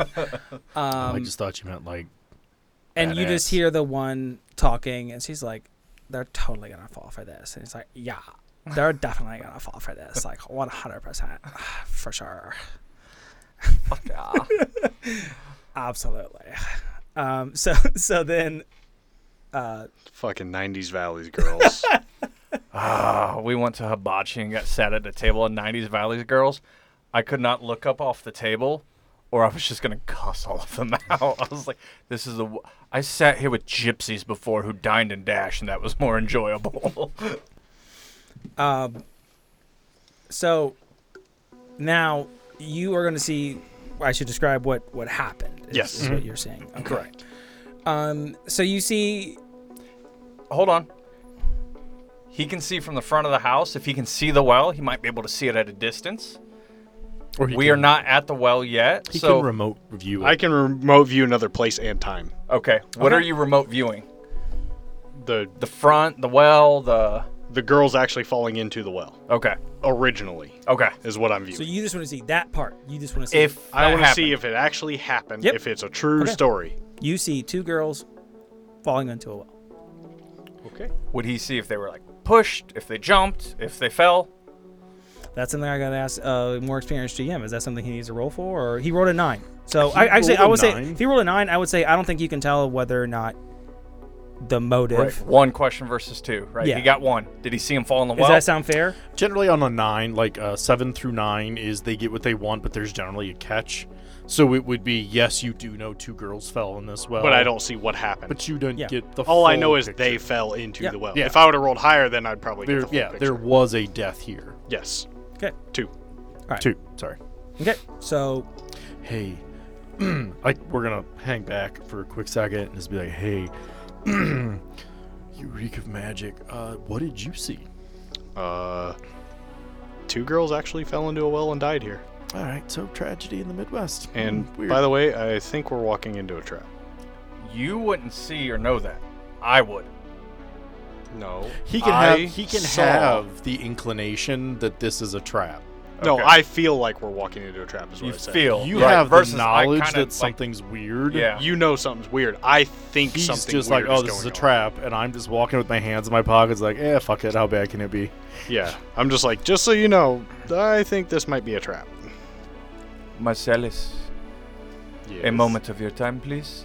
S6: Oh, I
S2: Um,
S6: just thought you meant like
S2: and you
S6: badass.
S2: just hear the one talking, and she's like, "They're totally gonna fall for this," and it's like, "Yeah, they're definitely gonna fall for this, like one hundred percent, for sure."
S3: Fuck yeah.
S2: Absolutely. Um, so so then, uh,
S4: Fucking 90s Valleys girls.
S3: Ah, we went to hibachi and got sat at a table of 90s Valley's girls. I could not look up off the table, or I was just gonna cuss all of them out. I was like, "This is the." W- I sat here with gypsies before who dined and dashed, and that was more enjoyable.
S2: um, so now you are gonna see. I should describe what what happened. is-
S4: Yes.
S2: is
S1: Mm-hmm.
S2: what you're seeing. Okay.
S3: Correct.
S2: Um, so you see
S3: Hold on. He can see from the front of the house. If he can see the well, he might be able to see it at a distance.
S6: or he
S3: we
S6: can-
S3: are not at the well yet.
S6: He
S3: so
S6: can remote review.
S4: I
S6: it.
S4: can remote view another place and time.
S3: okay, what are
S2: Okay.
S3: you remote viewing?
S4: The
S3: The front, the well, the
S4: the girls actually falling into the well
S3: okay,
S4: originally
S3: okay.
S4: is what I'm
S2: So
S4: viewing.
S2: you just want to see that part. You just want to see.
S3: If
S4: I
S3: want
S4: want to see if it actually happened.
S2: Yep.
S4: If it's a true
S2: Okay.
S4: story.
S2: you see two girls falling into a well.
S4: Okay.
S3: would he see if they were like pushed, if they jumped, if they fell?
S2: That's something I gotta ask uh, more experienced GM. Is that something he needs to roll for, or he rolled a nine? So I actually
S1: rolled a
S2: I would
S1: nine?
S2: say if he rolled a nine, I would say I don't think you can tell whether or not the motive.
S3: Right. One question versus two. Right.
S2: Yeah.
S3: He got one. Did he see him fall in the
S2: Does
S3: well?
S2: that sound fair?
S1: Generally on a nine, like uh, seven through nine, is they get what they want, but there's generally a catch. So it would be yes, you do know two girls fell in this well,
S4: But I don't see what happened.
S1: But you don't
S2: Yeah.
S1: get the.
S4: All I
S1: full
S4: know is
S1: picture.
S4: they fell into
S2: Yeah.
S4: the well.
S1: Yeah.
S4: If I would have rolled higher, then I'd probably
S1: There,
S4: get the full
S1: yeah,
S4: picture.
S1: there was a death here.
S4: Yes.
S2: Okay.
S4: Two.
S1: Two, sorry.
S2: Okay. So
S1: hey, like we're gonna hang back for a quick second and just be like, hey, you reek of magic. Uh, what did you see?
S4: Uh, two girls actually fell into a well and died here.
S1: All right, so tragedy in the Midwest.
S4: And
S1: Hmm, weird.
S4: by the way, I think we're walking into a trap.
S3: you wouldn't see or know that. I would.
S4: No.
S1: he can
S4: I
S1: have he can
S4: saw-
S1: have the inclination that this is a trap.
S4: No,
S3: Okay.
S4: I feel like we're walking into a trap. Is what
S3: You
S4: I said.
S3: feel.
S1: You
S3: right,
S1: have
S3: versus
S1: the
S3: I
S1: knowledge
S3: kinda,
S1: that
S3: like,
S1: something's weird.
S3: Yeah.
S4: You know something's weird. I think
S1: He's
S4: something
S1: just like,
S4: weird
S1: oh,
S4: is
S1: this is a
S4: going on."
S1: trap, and I'm just walking with my hands in my pockets, like, eh, fuck it, how bad can it be?
S4: Yeah, I'm just like, just so you know, I think this might be a trap.
S3: Marcellus, a moment of your time, please.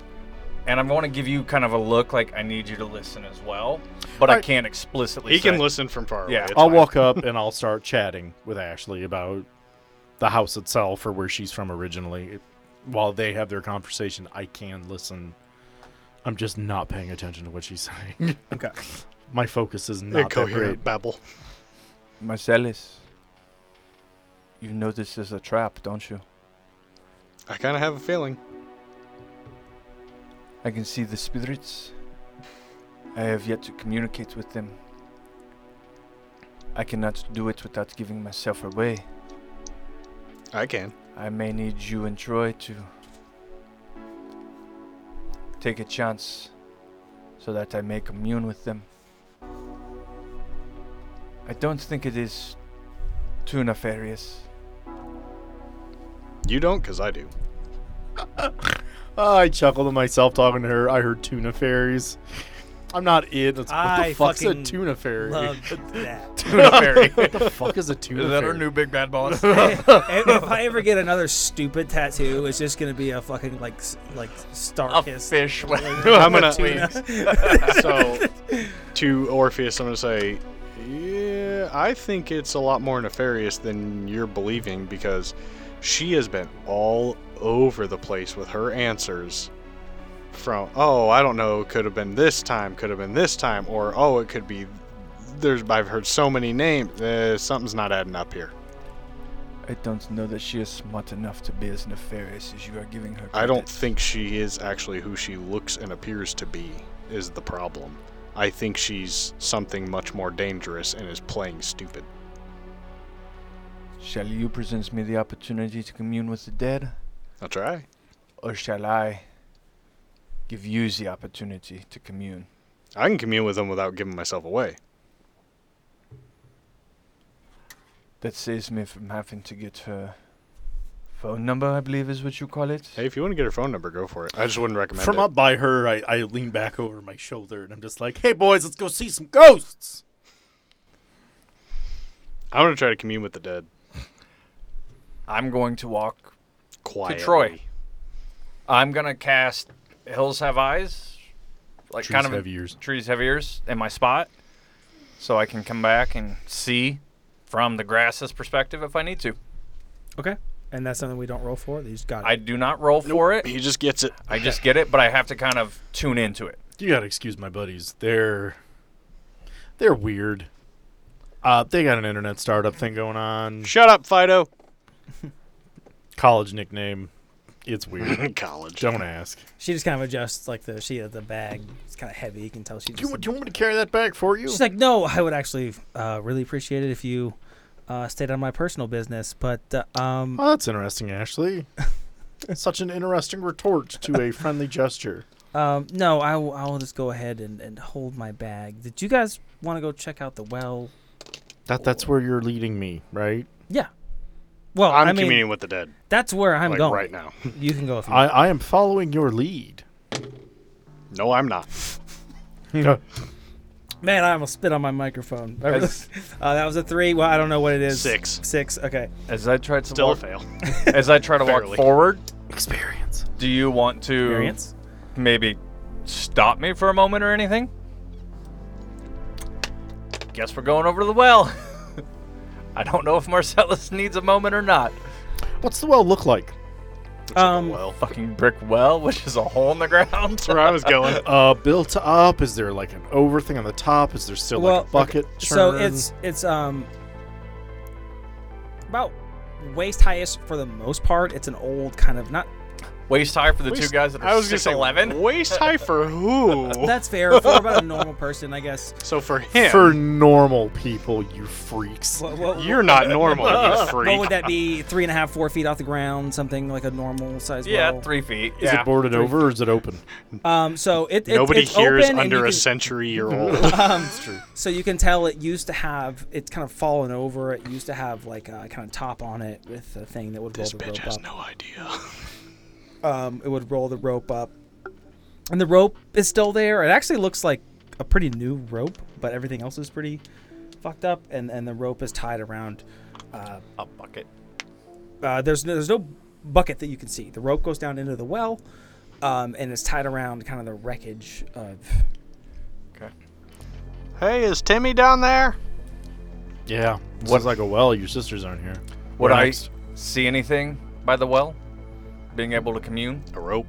S3: And I'm going to give you kind of a look like I need you to listen as well, but I,
S1: Alright.
S3: can't explicitly.
S4: He
S3: say.
S4: can listen from far away.
S3: Yeah.
S4: it's
S1: I'll
S4: fine.
S1: walk up and I'll start chatting with Ashley about the house itself or where she's from originally. It- while they have their conversation, I can listen. I'm just not paying attention to what she's saying.
S2: okay.
S1: My focus is not that great.
S4: Incoherent babble.
S3: Marcellus, you know this is a trap, don't you?
S4: I kind of have a feeling.
S3: I can see the spirits. I have yet to communicate with them. I cannot do it without giving myself away.
S4: I can.
S3: I may need you and Troy to take a chance so that I may commune with them. I don't think it is too nefarious.
S4: You don't, because I do.
S1: Oh, I chuckled to myself talking to her. I heard tuna fairies. I'm not it. That's, what
S2: I
S1: the fuck's a
S2: fucking
S1: tuna fairy?
S2: Love that.
S3: Tuna fairy.
S1: what the fuck is a tuna fairy?
S3: big bad boss?
S2: if, if I ever get another stupid tattoo, it's just gonna be a fucking like s- like Starkist.
S3: fish.
S4: I'm gonna.
S2: tuna.
S4: so, to Orpheus, I'm gonna say, yeah, I think it's a lot more nefarious than you're believing because she has been all over the place with her answers. From oh, I don't know, could have been this time, could have been this time, or oh, it could be. There's I've heard so many names. Uh, something's not adding up here.
S3: I don't know that she is smart enough to be as nefarious as you are giving her.
S4: I don't
S3: credit.
S4: think she is actually who she looks and appears to be, is the problem. I think she's something much more dangerous and is playing stupid.
S3: Shall you present me the opportunity to commune with the dead,
S4: I'll try.
S3: or shall I give you the opportunity to commune?
S4: I can commune with them without giving myself away.
S3: That saves me from having to get her Phone number, I believe, is what you call it.
S4: Hey, if you want to get her phone number, go for it. I just wouldn't recommend
S5: From
S4: it.
S5: up by her, I, I lean back over my shoulder and I'm just like, hey, boys, let's go see some ghosts.
S4: I'm gonna try to commune with the dead.
S3: I'm going to walk.
S4: Quietly.
S3: Troy. I'm gonna cast Hills Have Eyes, like
S5: Trees
S3: kind of
S5: have ears.
S3: Trees Have Ears in my spot, so I can come back and see from the grass's perspective if I need to.
S2: Okay. And that's something we don't roll for. These got it.
S3: I do not roll for it.
S4: He just gets it.
S3: I just get it, but I have to kind of tune into it.
S5: You gotta excuse my buddies. They're they're weird. Uh, they got an internet startup thing going on.
S4: Shut up, Fido.
S5: College nickname. It's weird.
S4: College.
S5: Don't ask.
S2: she just kind of adjusts like the she the bag. It's kind of heavy. You can tell she.
S5: Do you,
S2: Just,
S5: want- do you want me to carry that bag for you?
S2: she's like, no, I would actually uh, really appreciate it if you uh, stayed on my personal business, but uh, um,
S5: Oh, that's interesting, Ashley. Such an interesting retort to a friendly gesture.
S2: um, no, I will, I will just go ahead and, and hold my bag. Did you guys want to go check out the well?
S5: That that's where you're leading me, right?
S2: Yeah. Well,
S4: I'm
S2: i mean,
S4: communing with the dead.
S2: that's where I'm
S4: like
S2: going.
S4: right now.
S2: You can go if you
S5: I, I am following your lead.
S4: No, I'm not.
S3: Hmm.
S2: Man, I almost spit on my microphone. I really-
S3: As-
S2: Uh, that was a three. Well, I don't know what it is.
S4: Six.
S2: Six. Okay.
S3: As I try to
S4: Still a
S3: walk,
S4: fail.
S3: as I try to walk
S4: Barely.
S3: forward,
S5: Experience.
S3: do you want to
S2: Experience.
S3: maybe stop me for a moment or anything? Guess we're going over to the well. I don't know if Marcellus needs a moment or not.
S5: What's the well look like?
S2: Um,
S4: Well,
S3: Fucking brick well, which is a hole in the ground.
S4: that's where I was going.
S5: Uh, built up? Is there like an over thing on the top? Is there still
S2: well,
S5: like a bucket?
S2: okay. So
S5: churn?
S2: it's it's um about waist highest for the most part. It's an old kind of not.
S3: Waist high for the two
S4: Waist-
S3: guys that are
S4: I was gonna say
S3: 6'11".
S4: Waist high for who?
S2: That's fair for about a normal person, I guess.
S4: so for him,
S5: for normal people, you freaks.
S2: What, what,
S4: you're not normal, you
S2: what
S4: freak.
S2: would that be? Three and a half, four feet off the ground, something like a normal size.
S3: yeah,
S2: well.
S3: three feet.
S5: Is
S3: yeah.
S5: it boarded over or is it open?
S2: Um, so it, it
S4: Nobody
S2: it's open
S4: here is
S2: and you
S4: under a
S2: can-
S4: century year old.
S2: Um, So you can tell it used to have it's kind of fallen over. It used to have like a kind of top on it with a thing that would roll
S4: this
S2: the
S4: bitch
S2: rope
S4: has
S2: up.
S4: no idea.
S2: Um, it would roll the rope up, and the rope is still there. It actually looks like a pretty new rope, but everything else is pretty fucked up. And and the rope is tied around. Uh,
S3: A bucket.
S2: uh, there's no, there's no bucket that you can see. The rope goes down into the well, um, and it's tied around kind of the wreckage of.
S4: Hey, is Timmy down there?
S5: Yeah.
S3: What-
S5: What's like a well? Your sisters aren't here.
S3: Would I
S5: Next.
S3: see anything by the well? Being able to commune?
S4: A rope.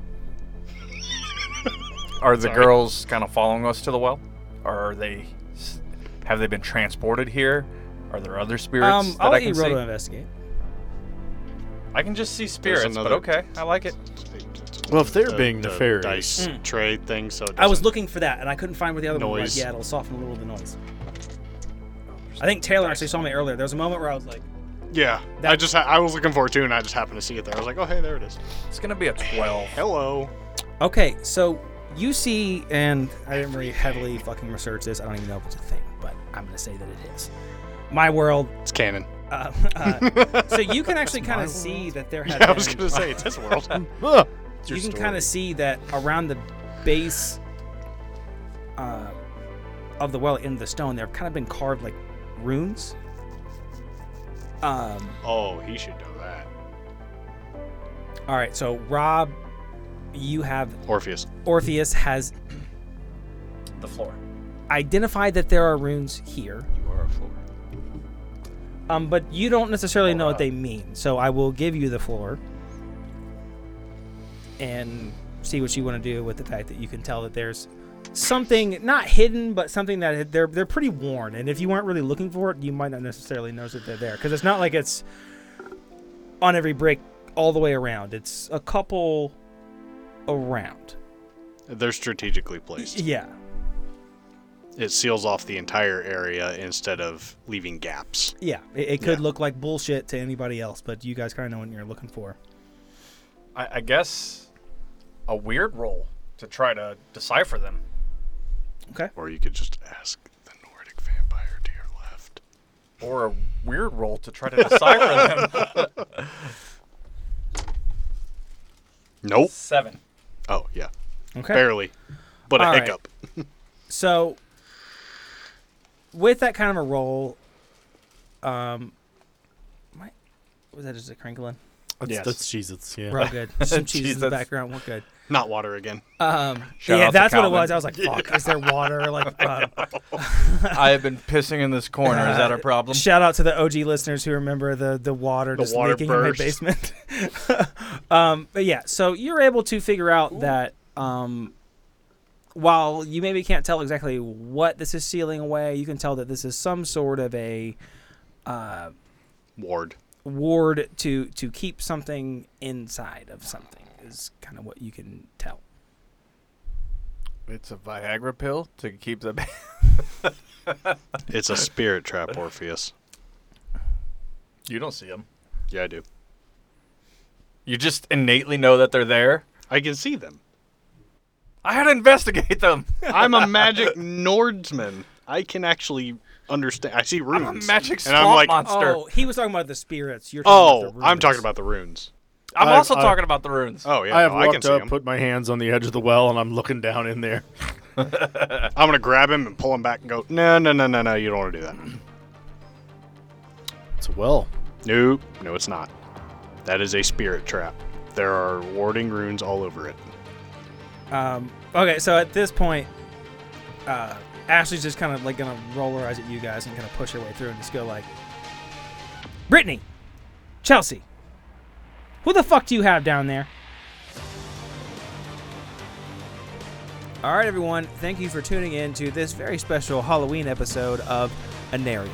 S3: Are the girls kind of following us to the well? Or are they? s- Have they been transported here? Are there other spirits
S2: Um,
S3: that
S2: I'll
S3: I
S2: let
S3: can
S2: you roll
S3: see?
S2: to investigate.
S3: I can just see spirits,
S4: another-
S3: but okay, I like it.
S5: Well, if they're
S4: The-
S5: being
S4: the
S5: nefarious,
S4: dice trade thing. So it
S2: Hmm. I was
S4: doesn't-
S2: looking for that, and I couldn't find where the other one was.
S4: Noise.
S2: Yeah, it'll soften a little of the noise. I think Taylor actually saw me earlier. There was a moment where I was like,
S4: Yeah, I
S2: That-
S4: just ha- I was looking for it too, and I just happened to see it there. I was like, oh hey, there it is.
S3: It's gonna be a twelve.
S4: Hello.
S2: "Okay, so you see," and I didn't really heavily fucking research this. I don't even know if it's a thing, but I'm gonna say that it is. My world.
S4: It's canon.
S2: Uh, uh, so you can actually kind of see that there has
S4: I was
S2: been-
S4: gonna say it's his world.
S5: Ugh.
S2: you can kind of see that around the base uh, of the well in the stone, there have kind of been carved like runes. Um,
S4: oh, he should know that.
S2: All right, so Rob, you have
S4: Orpheus.
S2: Orpheus has
S3: The floor.
S2: identified that there are runes here,
S3: You are a floor.
S2: um, but you don't necessarily know what they mean. So I will give you the floor and see what you want to do with the fact that you can tell that there's something not hidden, but something that they're they're pretty worn. And if you weren't really looking for it, you might not necessarily notice that they're there because it's not like it's on every brick all the way around. It's a couple around.
S4: They're strategically placed.
S2: Yeah.
S4: It seals off the entire area instead of leaving gaps.
S2: Yeah, it, it could
S4: Yeah.
S2: look like bullshit to anybody else, but you guys kind of know what you're looking for.
S3: I, I guess a weird roll to try to decipher them.
S4: Or you could just ask the Nordic vampire to your left.
S3: Or a weird roll to try to decipher them.
S4: Nope.
S3: Seven.
S4: Oh yeah,
S2: Okay.
S4: barely. But a
S2: All right.
S4: hiccup.
S2: So, with that kind of a roll, um, my, was that just a crinkling?
S5: That's,
S4: Yes.
S5: that's Jesus. Yeah.
S2: We're all good. Some cheese in the
S3: Jesus.
S2: background. We're good.
S4: Not water again.
S2: Um,
S3: Shout
S2: yeah,
S3: out to
S2: that's what it
S3: Calvin.
S2: was. I was like, "Fuck, is there water?" Like, um,
S3: I have been pissing in this corner. Is that a problem?
S2: shout out to the OG listeners who remember the the water
S4: The
S2: just
S4: water
S2: leaking
S4: burst.
S2: in my basement. um, but yeah, so you're able to figure out that um, while you maybe can't tell exactly what this is sealing away, you can tell that this is some sort of a uh,
S4: Ward.
S2: ward to to keep something inside of something is kind of what you can tell.
S3: It's a Viagra pill to keep the.
S4: It's a spirit trap, Orpheus.
S3: you don't see them.
S4: Yeah, I do.
S3: You just innately know that they're there.
S4: I can see them.
S3: I had to investigate them.
S4: I'm a magic Nordsman. I can actually understand. I see runes.
S3: I'm a magic
S4: and
S3: swamp
S4: I'm like,
S3: monster.
S2: Oh, he was talking about the spirits. You're talking
S4: oh,
S2: about the
S4: I'm talking
S2: runes.
S4: about the runes.
S3: I'm
S5: I've-
S3: also
S5: I've-
S3: talking about the runes.
S4: Oh yeah,
S5: I have
S4: no, I can
S5: walked
S4: see
S5: up,
S4: him.
S5: put my hands on the edge of the well, and I'm looking down in there.
S4: I'm gonna grab him and pull him back and go. No, no, no, no, no. You don't want to do that.
S5: It's a well.
S4: Nope. No, it's not. That is a spirit trap. There are warding runes all over it.
S2: Um, okay, so at this point, uh, Ashley's just kind of like gonna roll her eyes at you guys and kind of push her way through and just go like, Brittany, Chelsea, who the fuck do you have down there? All right, everyone, thank you for tuning in to this very special Halloween episode of Anarium.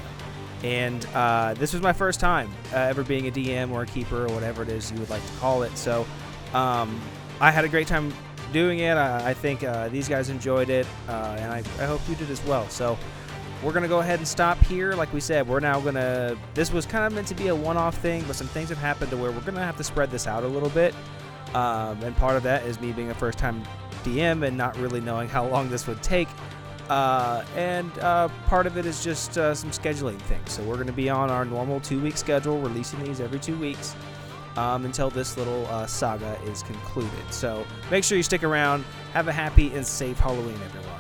S2: And uh, this was my first time uh, ever being a DM or a keeper or whatever it is you would like to call it. So um, I had a great time doing it. I, I think uh, these guys enjoyed it, uh, and I, I hope you did as well. So we're gonna go ahead and stop here. Like we said, we're now gonna. This was kind of meant to be a one-off thing, but some things have happened to where we're gonna have to spread this out a little bit. Um, and part of that is me being a first-time DM and not really knowing how long this would take. Uh, and uh, part of it is just uh, some scheduling things. So we're gonna be on our normal two-week schedule, releasing these every two weeks um, until this little uh, saga is concluded. So make sure you stick around. Have a happy and safe Halloween, everyone.